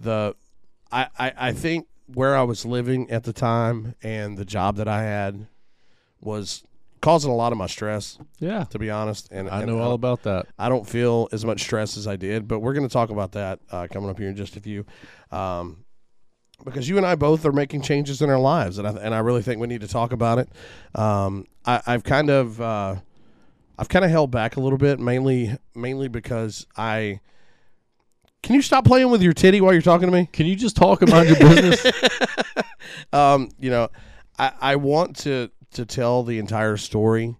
the I, I I think where I was living at the time and the job that I had was causing a lot of my stress Yeah, to be honest. And I and know all about that. I don't feel as much stress as I did, but we're going to talk about that uh, coming up here in just a few. Um, because you and I both are making changes in our lives, and I, and I really think we need to talk about it. Um, I, I've kind of uh, I've kind of held back a little bit, mainly mainly because I. Can you stop playing with your titty while you're talking to me? Can you just talk about your business? um, you know, I, I want to to tell the entire story,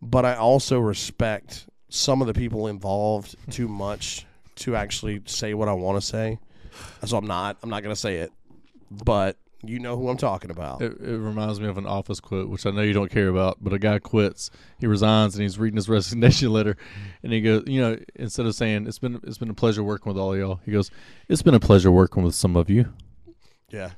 but I also respect some of the people involved too much to actually say what I want to say. so I'm not. I'm not gonna say it, but you know who I'm talking about. It, it reminds me of an office quote, which I know you don't care about, but a guy quits, he resigns, and he's reading his resignation letter, and he goes, you know, instead of saying it's been it's been a pleasure working with all y'all, he goes, it's been a pleasure working with some of you. Yeah.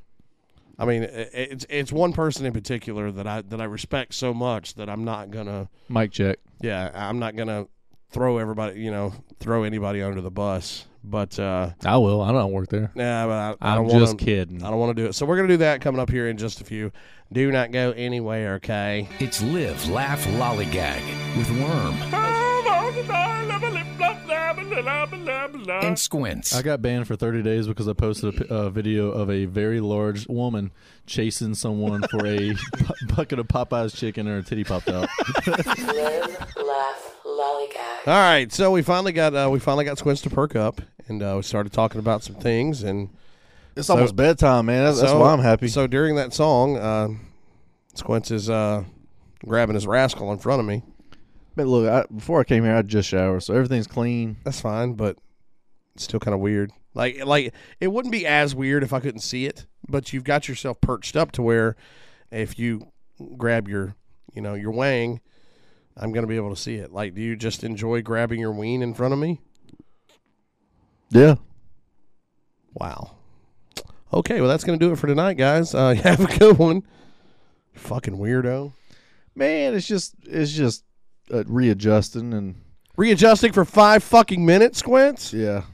I mean, i- it's it's one person in particular that I that I respect so much that I'm not gonna. Mike check. Yeah, I'm not gonna throw everybody. You know, throw anybody under the bus. But uh, I will. I don't work there. yeah, but I, I I'm don't want just kidding. I don't want to do it. So we're gonna do that coming up here in just a few. Do not go anywhere, okay? It's Live, Laugh, Lollygag with Worm and Squints. I got banned for 30 days because I posted a, pi- a video of a very large woman chasing someone for a bu- bucket of Popeye's chicken and her titty popped out. Live, laugh, All lollygag. right, so we finally got uh, we finally got Squints to perk up, and uh, we started talking about some things, and It's almost bedtime, man. That's, that's why I'm happy. So during that song, uh, Squints is uh, grabbing his rascal in front of me. but look, I, before I came here, I just showered, so everything's clean. That's fine, but it's still kind of weird. Like like it wouldn't be as weird if I couldn't see it, but you've got yourself perched up to where if you grab your you know your wang, I'm gonna be able to see it. Like, do you just enjoy grabbing your ween in front of me? Yeah. Wow. Okay, well that's gonna do it for tonight, guys. Uh, have a good one. Fucking weirdo. Man, it's just it's just uh, readjusting and Readjusting for five fucking minutes, Squints. yeah.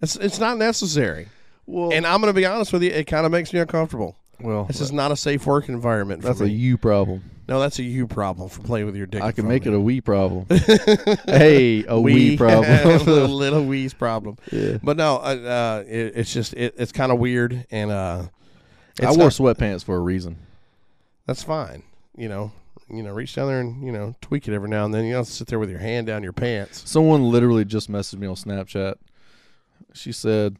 It's it's not necessary. Well, And I'm gonna be honest with you, it kind of makes me uncomfortable. well, This is not a safe work environment. For that's me. a you problem. No, that's a you problem for playing with your dick. I can make it a we problem. hey, a we, a problem. little wee's problem. Yeah. But no, uh, uh, it, it's just it, it's kind of weird, and uh, it's I wore not- sweatpants for a reason. that's fine. You know, you know, reach down there and you know tweak it every now and then. You don't have to sit there with your hand down your pants. Someone literally just messaged me on Snapchat. She said,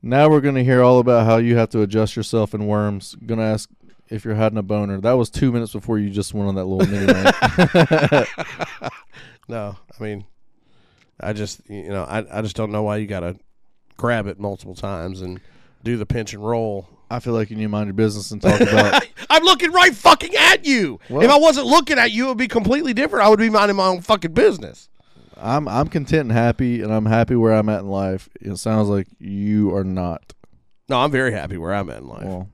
"Now we're going to hear all about how you have to adjust yourself in worms. Going to ask if you're hiding a boner." That was two minutes before you just went on that little mini rant. No, I mean, I just you know I I just don't know why you gotta grab it multiple times and do the pinch and roll. I feel like you need to mind your business and talk about. I'm looking right fucking at you. if I wasn't looking at you, it would be completely different. I would be minding my own fucking business. I'm I'm content and happy, and I'm happy where I'm at in life. It sounds like you are not. No, I'm very happy where I'm at in life. Well,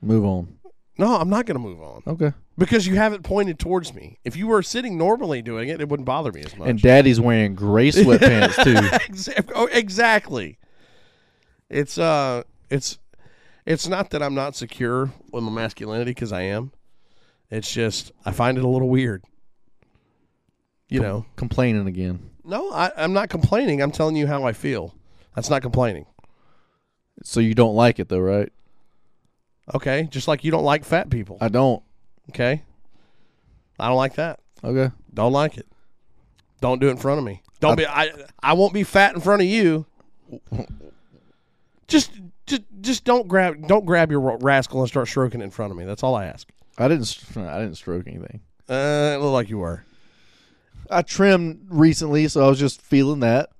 move on. no, I'm not going to move on Okay. because you haven't pointed towards me. If you were sitting normally doing it, it wouldn't bother me as much. And Daddy's wearing gray sweatpants too. Exact- oh, exactly. It's uh, it's it's not that I'm not secure with my masculinity because I am. It's just I find it a little weird. You know, Complaining again. no, I, I'm not complaining. I'm telling you how I feel. That's not complaining. So you don't like it though, right? Okay, just like you don't like fat people. I don't. Okay, I don't like that. Okay. Don't like it. Don't do it in front of me. Don't be. I I won't be fat in front of you. Just just just don't grab don't grab your rascal and start stroking it in front of me. That's all I ask. I didn't. str- I didn't stroke anything. Uh, it looked like you were. I trimmed recently, so I was just feeling that.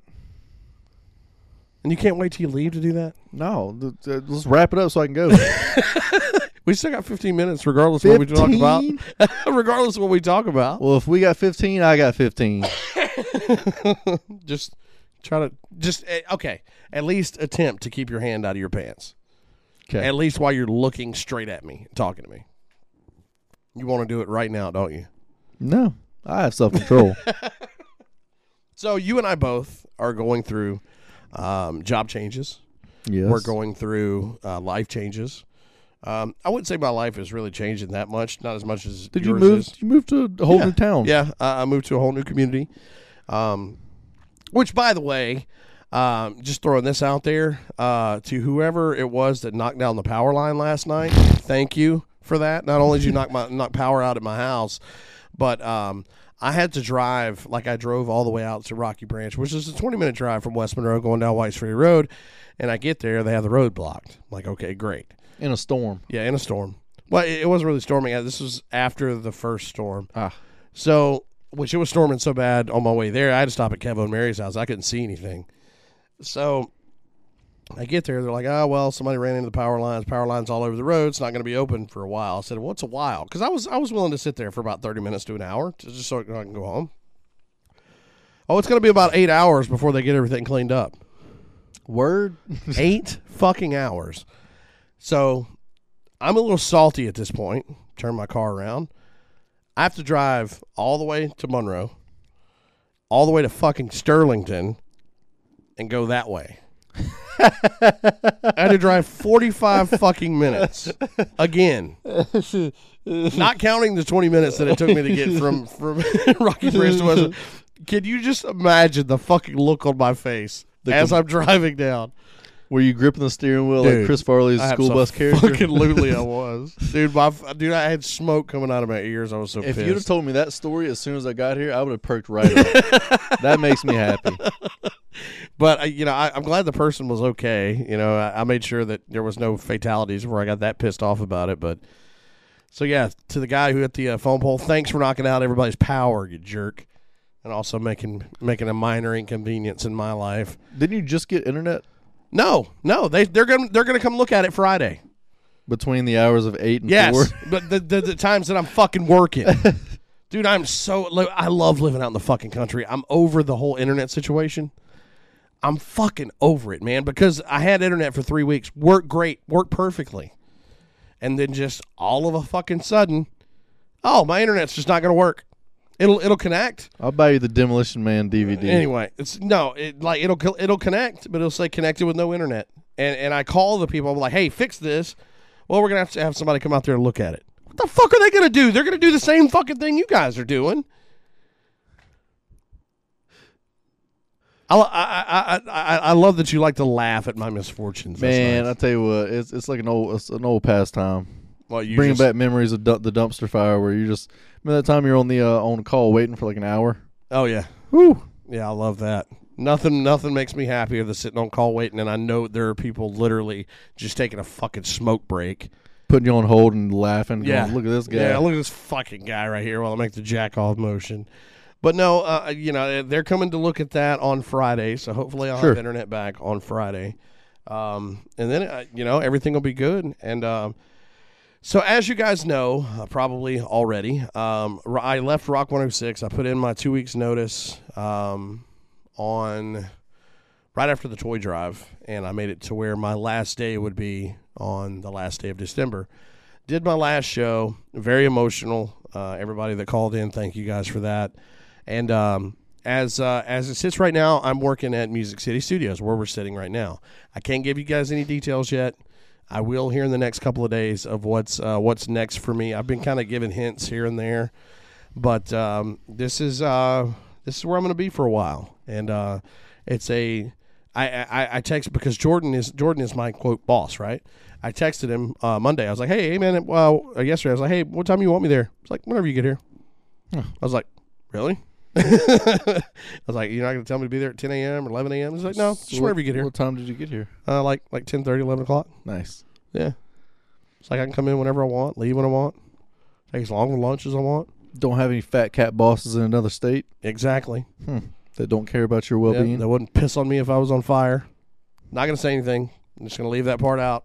And you can't wait till you leave to do that. No, th- th- let's wrap it up so I can go. We still got 15 minutes, regardless of what we talk about. 15? regardless of what we talk about, well, if we got 15, I got 15. just try to just eh, okay. At least attempt to keep your hand out of your pants. Okay. At least while you're looking straight at me, talking to me. You want to do it right now, don't you? no, I have self control. So you and I both are going through um, job changes. yes. We're going through uh, life changes. Um, I wouldn't say my life is really changing that much. Not as much as Did you yours move? is. You moved to a whole new town. Yeah, I, I moved to a whole new community. Um, which, by the way, um, just throwing this out there uh, to whoever it was that knocked down the power line last night. Thank you for that. Not only did you knock my knock power out at my house, but um, I had to drive like I drove all the way out to Rocky Branch, which is a 20 minute drive from West Monroe going down White Street Road. And I get there, they have the road blocked. I'm like, okay, great. In a storm. Yeah, in a storm. Well, it, it wasn't really storming. Uh, This was after the first storm. Ah. So, which it was storming so bad on my way there, I had to stop at Kevo and Mary's house. I couldn't see anything. So, I get there, they're like, oh, well, somebody ran into the power lines. Power lines all over the road. It's not going to be open for a while. I said, what's a while? Because I was I was willing to sit there for about thirty minutes to an hour to- just so I can go home. Oh, it's going to be about eight hours before they get everything cleaned up. Word. eight fucking hours. So I'm a little salty at this point. Turn my car around. I have to drive all the way to Monroe, all the way to fucking Sterlington, and go that way. I had to drive 45 fucking minutes again. Not counting the 20 minutes that it took me to get from, from Rocky Bridge to West. Can you just imagine the fucking look on my face as I'm driving down? Were you gripping the steering wheel Dude, like Chris Farley's I school bus absolutely character? Absolutely, I was, dude. My f- dude, I had smoke coming out of my ears. I was so if pissed. you'd have told me that story as soon as I got here, I would have perked right up. that makes me happy. but I, you know, I, I'm glad the person was okay. You know, I, I made sure that there was no fatalities where I got that pissed off about it. But so yeah, to the guy who hit the uh, phone pole, thanks for knocking out everybody's power, you jerk, and also making making a minor inconvenience in my life. Didn't you just get internet No, no, they they're gonna they're gonna come look at it Friday. between the hours of eight and four? Yes, but the, the the times that I'm fucking working, dude, I'm so li- I love living out in the fucking country. I'm over the whole internet situation. I'm fucking over it, man, because I had internet for three weeks, worked great, worked perfectly, and then just all of a fucking sudden, oh, my internet's just not gonna work. It'll it'll connect I'll buy you the Demolition Man DVD. anyway. It's no, it like it'll co- it'll connect, but it'll say connected with no internet. And and I call the people. I'm like, hey, fix this. Well, we're gonna have to have somebody come out there and look at it. What the fuck are they gonna do? They're gonna do the same fucking thing you guys are doing. I lo- I, I, I, I- I love that you like to laugh at my misfortunes. That's Man, nice. I tell you what, it's it's like an old it's an old pastime. well, you Bringing just- back memories of dump, the dumpster fire, where you just remember that time you're on the uh, on call waiting for like an hour. Oh yeah, Whew. yeah, I love that. Nothing, nothing makes me happier than sitting on call waiting, and I know there are people literally just taking a fucking smoke break. putting you on hold and laughing. Yeah, look at this guy. Yeah, look at this fucking guy right here while I make the jack off motion. But no, uh, you know they're coming to look at that on Friday, so hopefully I'll Sure. have internet back on Friday, um, and then uh, you know everything will be good. And um, so, as you guys know, uh, probably already, um, r- I left Rock 106. I put in my two weeks notice um, on right after the toy drive, and I made it to where my last day would be on the last day of December. Did my last show, very emotional. Uh, everybody that called in, thank you guys for that. And um, as uh, as it sits right now, I'm working at Music City Studios, where we're sitting right now. I can't give you guys any details yet. I will here in the next couple of days of what's uh, what's next for me. I've been kind of giving hints here and there but um, this is uh, this is where I'm going to be for a while, and uh, it's a I, I I text because Jordan is Jordan is my quote boss, right? I texted him uh, Monday. I was like, hey, hey man, well, uh, yesterday I was like, hey, what time you want me there? It's like whenever you get here. I was like, really? I was like, you're not going to tell me to be there at 10 a.m. or 11 a.m. He's like, no, just So whenever what- you get here, What time did you get here? uh, like like 10:30, 11 o'clock. Nice. Yeah, it's like I can come in whenever I want, leave when I want, take as long a lunch as I want. Don't have any fat cat bosses in another state Exactly. that don't care about your well Yeah, being. they wouldn't piss on me if I was on fire. Not gonna say anything. I'm just gonna leave that part out.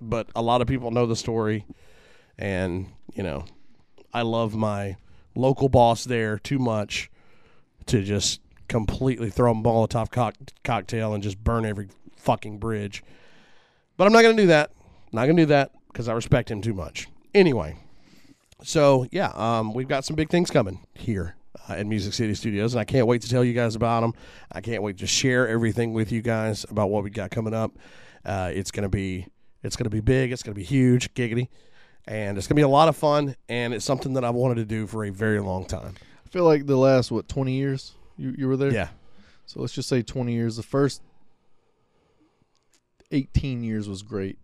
But a lot of people know the story, and you know, I love my local boss there too much to just completely throw a Molotov cock- cocktail and just burn every fucking bridge. But I'm not gonna do that. Not gonna do that because I respect him too much. Anyway, so yeah, um, we've got some big things coming here uh, at Music City Studios, and I can't wait to tell you guys about them. I can't wait to share everything with you guys about what we got coming up. Uh, it's gonna be it's gonna be big. It's gonna be huge, giggity, and it's gonna be a lot of fun. And it's something that I've wanted to do for a very long time. I feel like the last what twenty years you you were there. Yeah, So let's just say twenty years. The first eighteen years was great.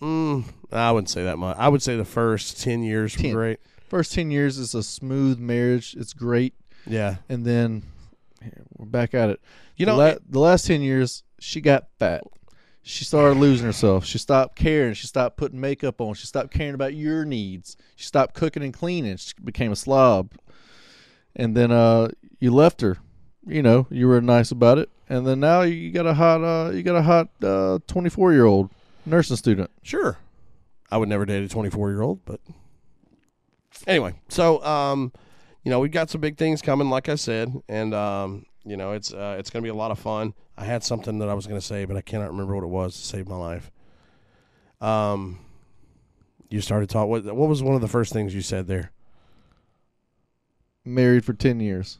mm, I wouldn't say that much. I would say the first ten years were 10. great. First ten years is a smooth marriage. It's great, Yeah, and then here, we're back at it. you the, know, la- the last 10 years she got fat she started losing herself she stopped caring she stopped putting makeup on she stopped caring about your needs she stopped cooking and cleaning she became a slob and then uh you left her you know, you were nice about it, and then now you got a hot, uh, you got a hot uh, twenty-four year old nursing student. Sure. I would never date a 24 year old, but anyway, so um, you know, we've got some big things coming, like I said, and um, you know, it's uh, it's gonna be a lot of fun. I had something that I was gonna say, but I cannot remember what it was to save my life. Um, you started talking. What what was one of the first things you said there? Married for ten years.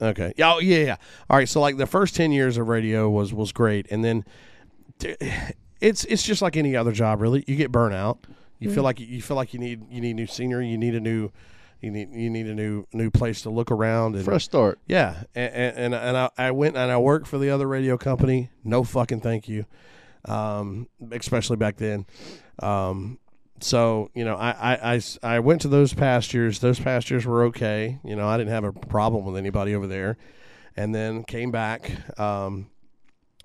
Okay. Yeah, Oh, yeah, yeah. All right. So like the first ten years of radio was was great, and then d- it's it's just like any other job. Really, you get burnout. You feel like you feel like you need you need new scenery. You need a new you need you need a new new place to look around. And, Fresh start. Yeah, and and, and I, I went and I worked for the other radio company. No fucking thank you, um, especially back then. Um, so you know, I, I- I s- I went to those pastures. Those pastures were okay. You know, I didn't have a problem with anybody over there, and then came back. Um,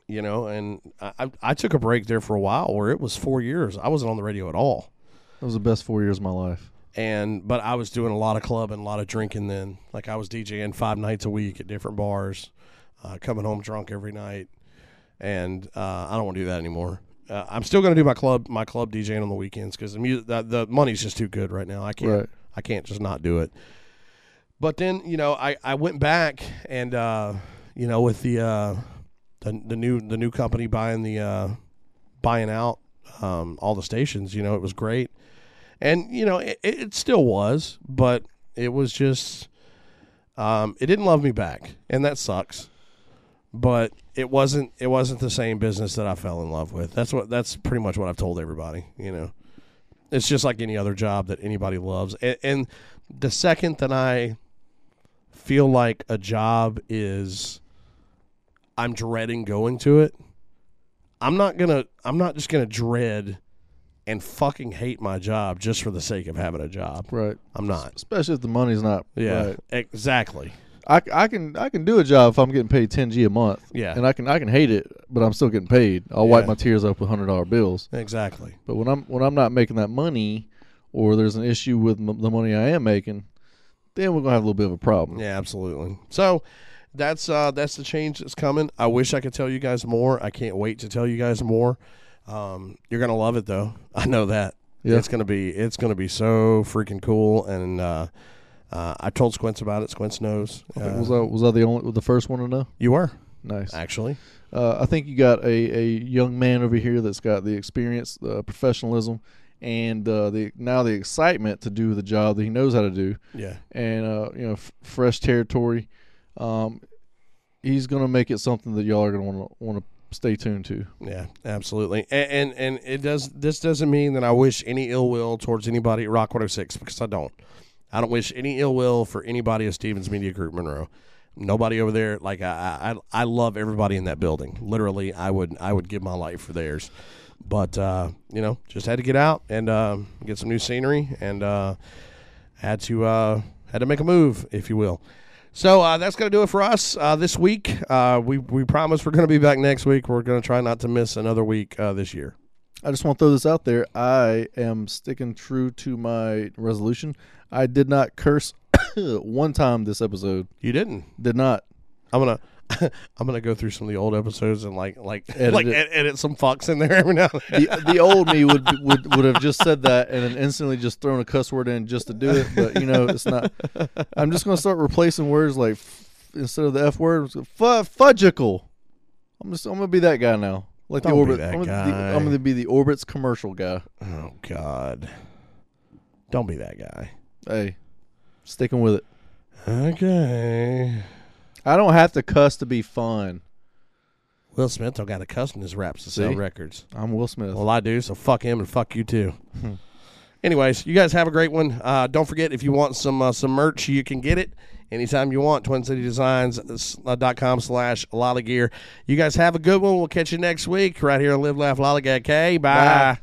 you know, and I, I- I took a break there for a while, where it was four years. I wasn't on the radio at all That was the best four years of my life. and but I was doing a lot of clubbing, a lot of drinking then. Like I was DJing five nights a week at different bars, uh, coming home drunk every night, and uh, I don't want to do that anymore. Uh, I'm still going to do my club my club DJing on the weekends because the music the, the money's just too good right now. I can't Right. I can't just not do it. But then you know I, I went back and uh, you know with the, uh, the the new the new company buying the uh, buying out um, all the stations. You know it was great and you know it, it it still was but it was just um, it didn't love me back and that sucks but it wasn't it wasn't the same business that i fell in love with that's what that's pretty much what i've told everybody you know it's just like any other job that anybody loves and, and the second that i feel like a job is i'm dreading going to it i'm not gonna i'm not just gonna dread and fucking hate my job just for the sake of having a job. Right. I'm not. Especially if the money's not. Yeah, Right. exactly. I, I can I can do a job if I'm getting paid ten G a month. Yeah. And I can I can hate it, but I'm still getting paid. I'll wipe Yeah. my tears up with hundred dollar bills. Exactly. But when I'm when I'm not making that money, or there's an issue with m- the money I am making, then we're gonna have a little bit of a problem. Yeah, absolutely. So that's uh that's the change that's coming. I wish I could tell you guys more. I can't wait to tell you guys more. Um you're going to love it though. I know that. Yeah. It's going to be it's going to be so freaking cool and uh uh, I told Squints about it. Squints knows. Uh, was I was I the only the first one to know? you were Nice. actually. Uh, I think you got a, a young man over here that's got the experience, the professionalism, and uh, the now the excitement to do the job that he knows how to do. Yeah. and uh, you know f- fresh territory. Um, he's gonna make it something that y'all are gonna want to want to stay tuned to. Yeah, absolutely. And, and and it does this doesn't mean that I wish any ill will towards anybody at Rock 106 because I don't. I don't wish any ill will for anybody at Stevens Media Group Monroe. Nobody over there like I I I love everybody in that building. Literally, I would I would give my life for theirs. But uh, you know, just had to get out and um, get some new scenery and uh, had to uh, had to make a move, if you will. So uh, that's going to do it for us uh, this week. Uh, we we promise we're going to be back next week. We're going to try not to miss another week uh, this year. I just want to throw this out there. I am sticking true to my resolution. I did not curse one time this episode. You didn't. Did not. I'm gonna I'm gonna go through some of the old episodes and like like Edit like it. ed- edit some fucks in there every now. And then. The, the old me would, would would have just said that and then instantly just thrown a cuss word in just to do it. But you know, it's not. I'm just gonna start replacing words like f- instead of the f word, it's fu- fudgical. I'm just I'm gonna be that guy now. Like Don't the be orbit. that I'm, gonna, guy. The, I'm gonna be the orbits commercial guy. Oh God! Don't be that guy. Hey, sticking with it. Okay. I don't have to cuss to be fun. Will Smith don't got a cuss in his raps to sell See? records. I'm Will Smith. Well, I do, so fuck him and fuck you too. Anyways, you guys have a great one. Uh, don't forget if you want some uh, some merch, you can get it anytime you want. TwinCityDesigns.com slash lollygear. You guys have a good one. We'll catch you next week right here on Live, Laugh, Lollygag. Okay, bye.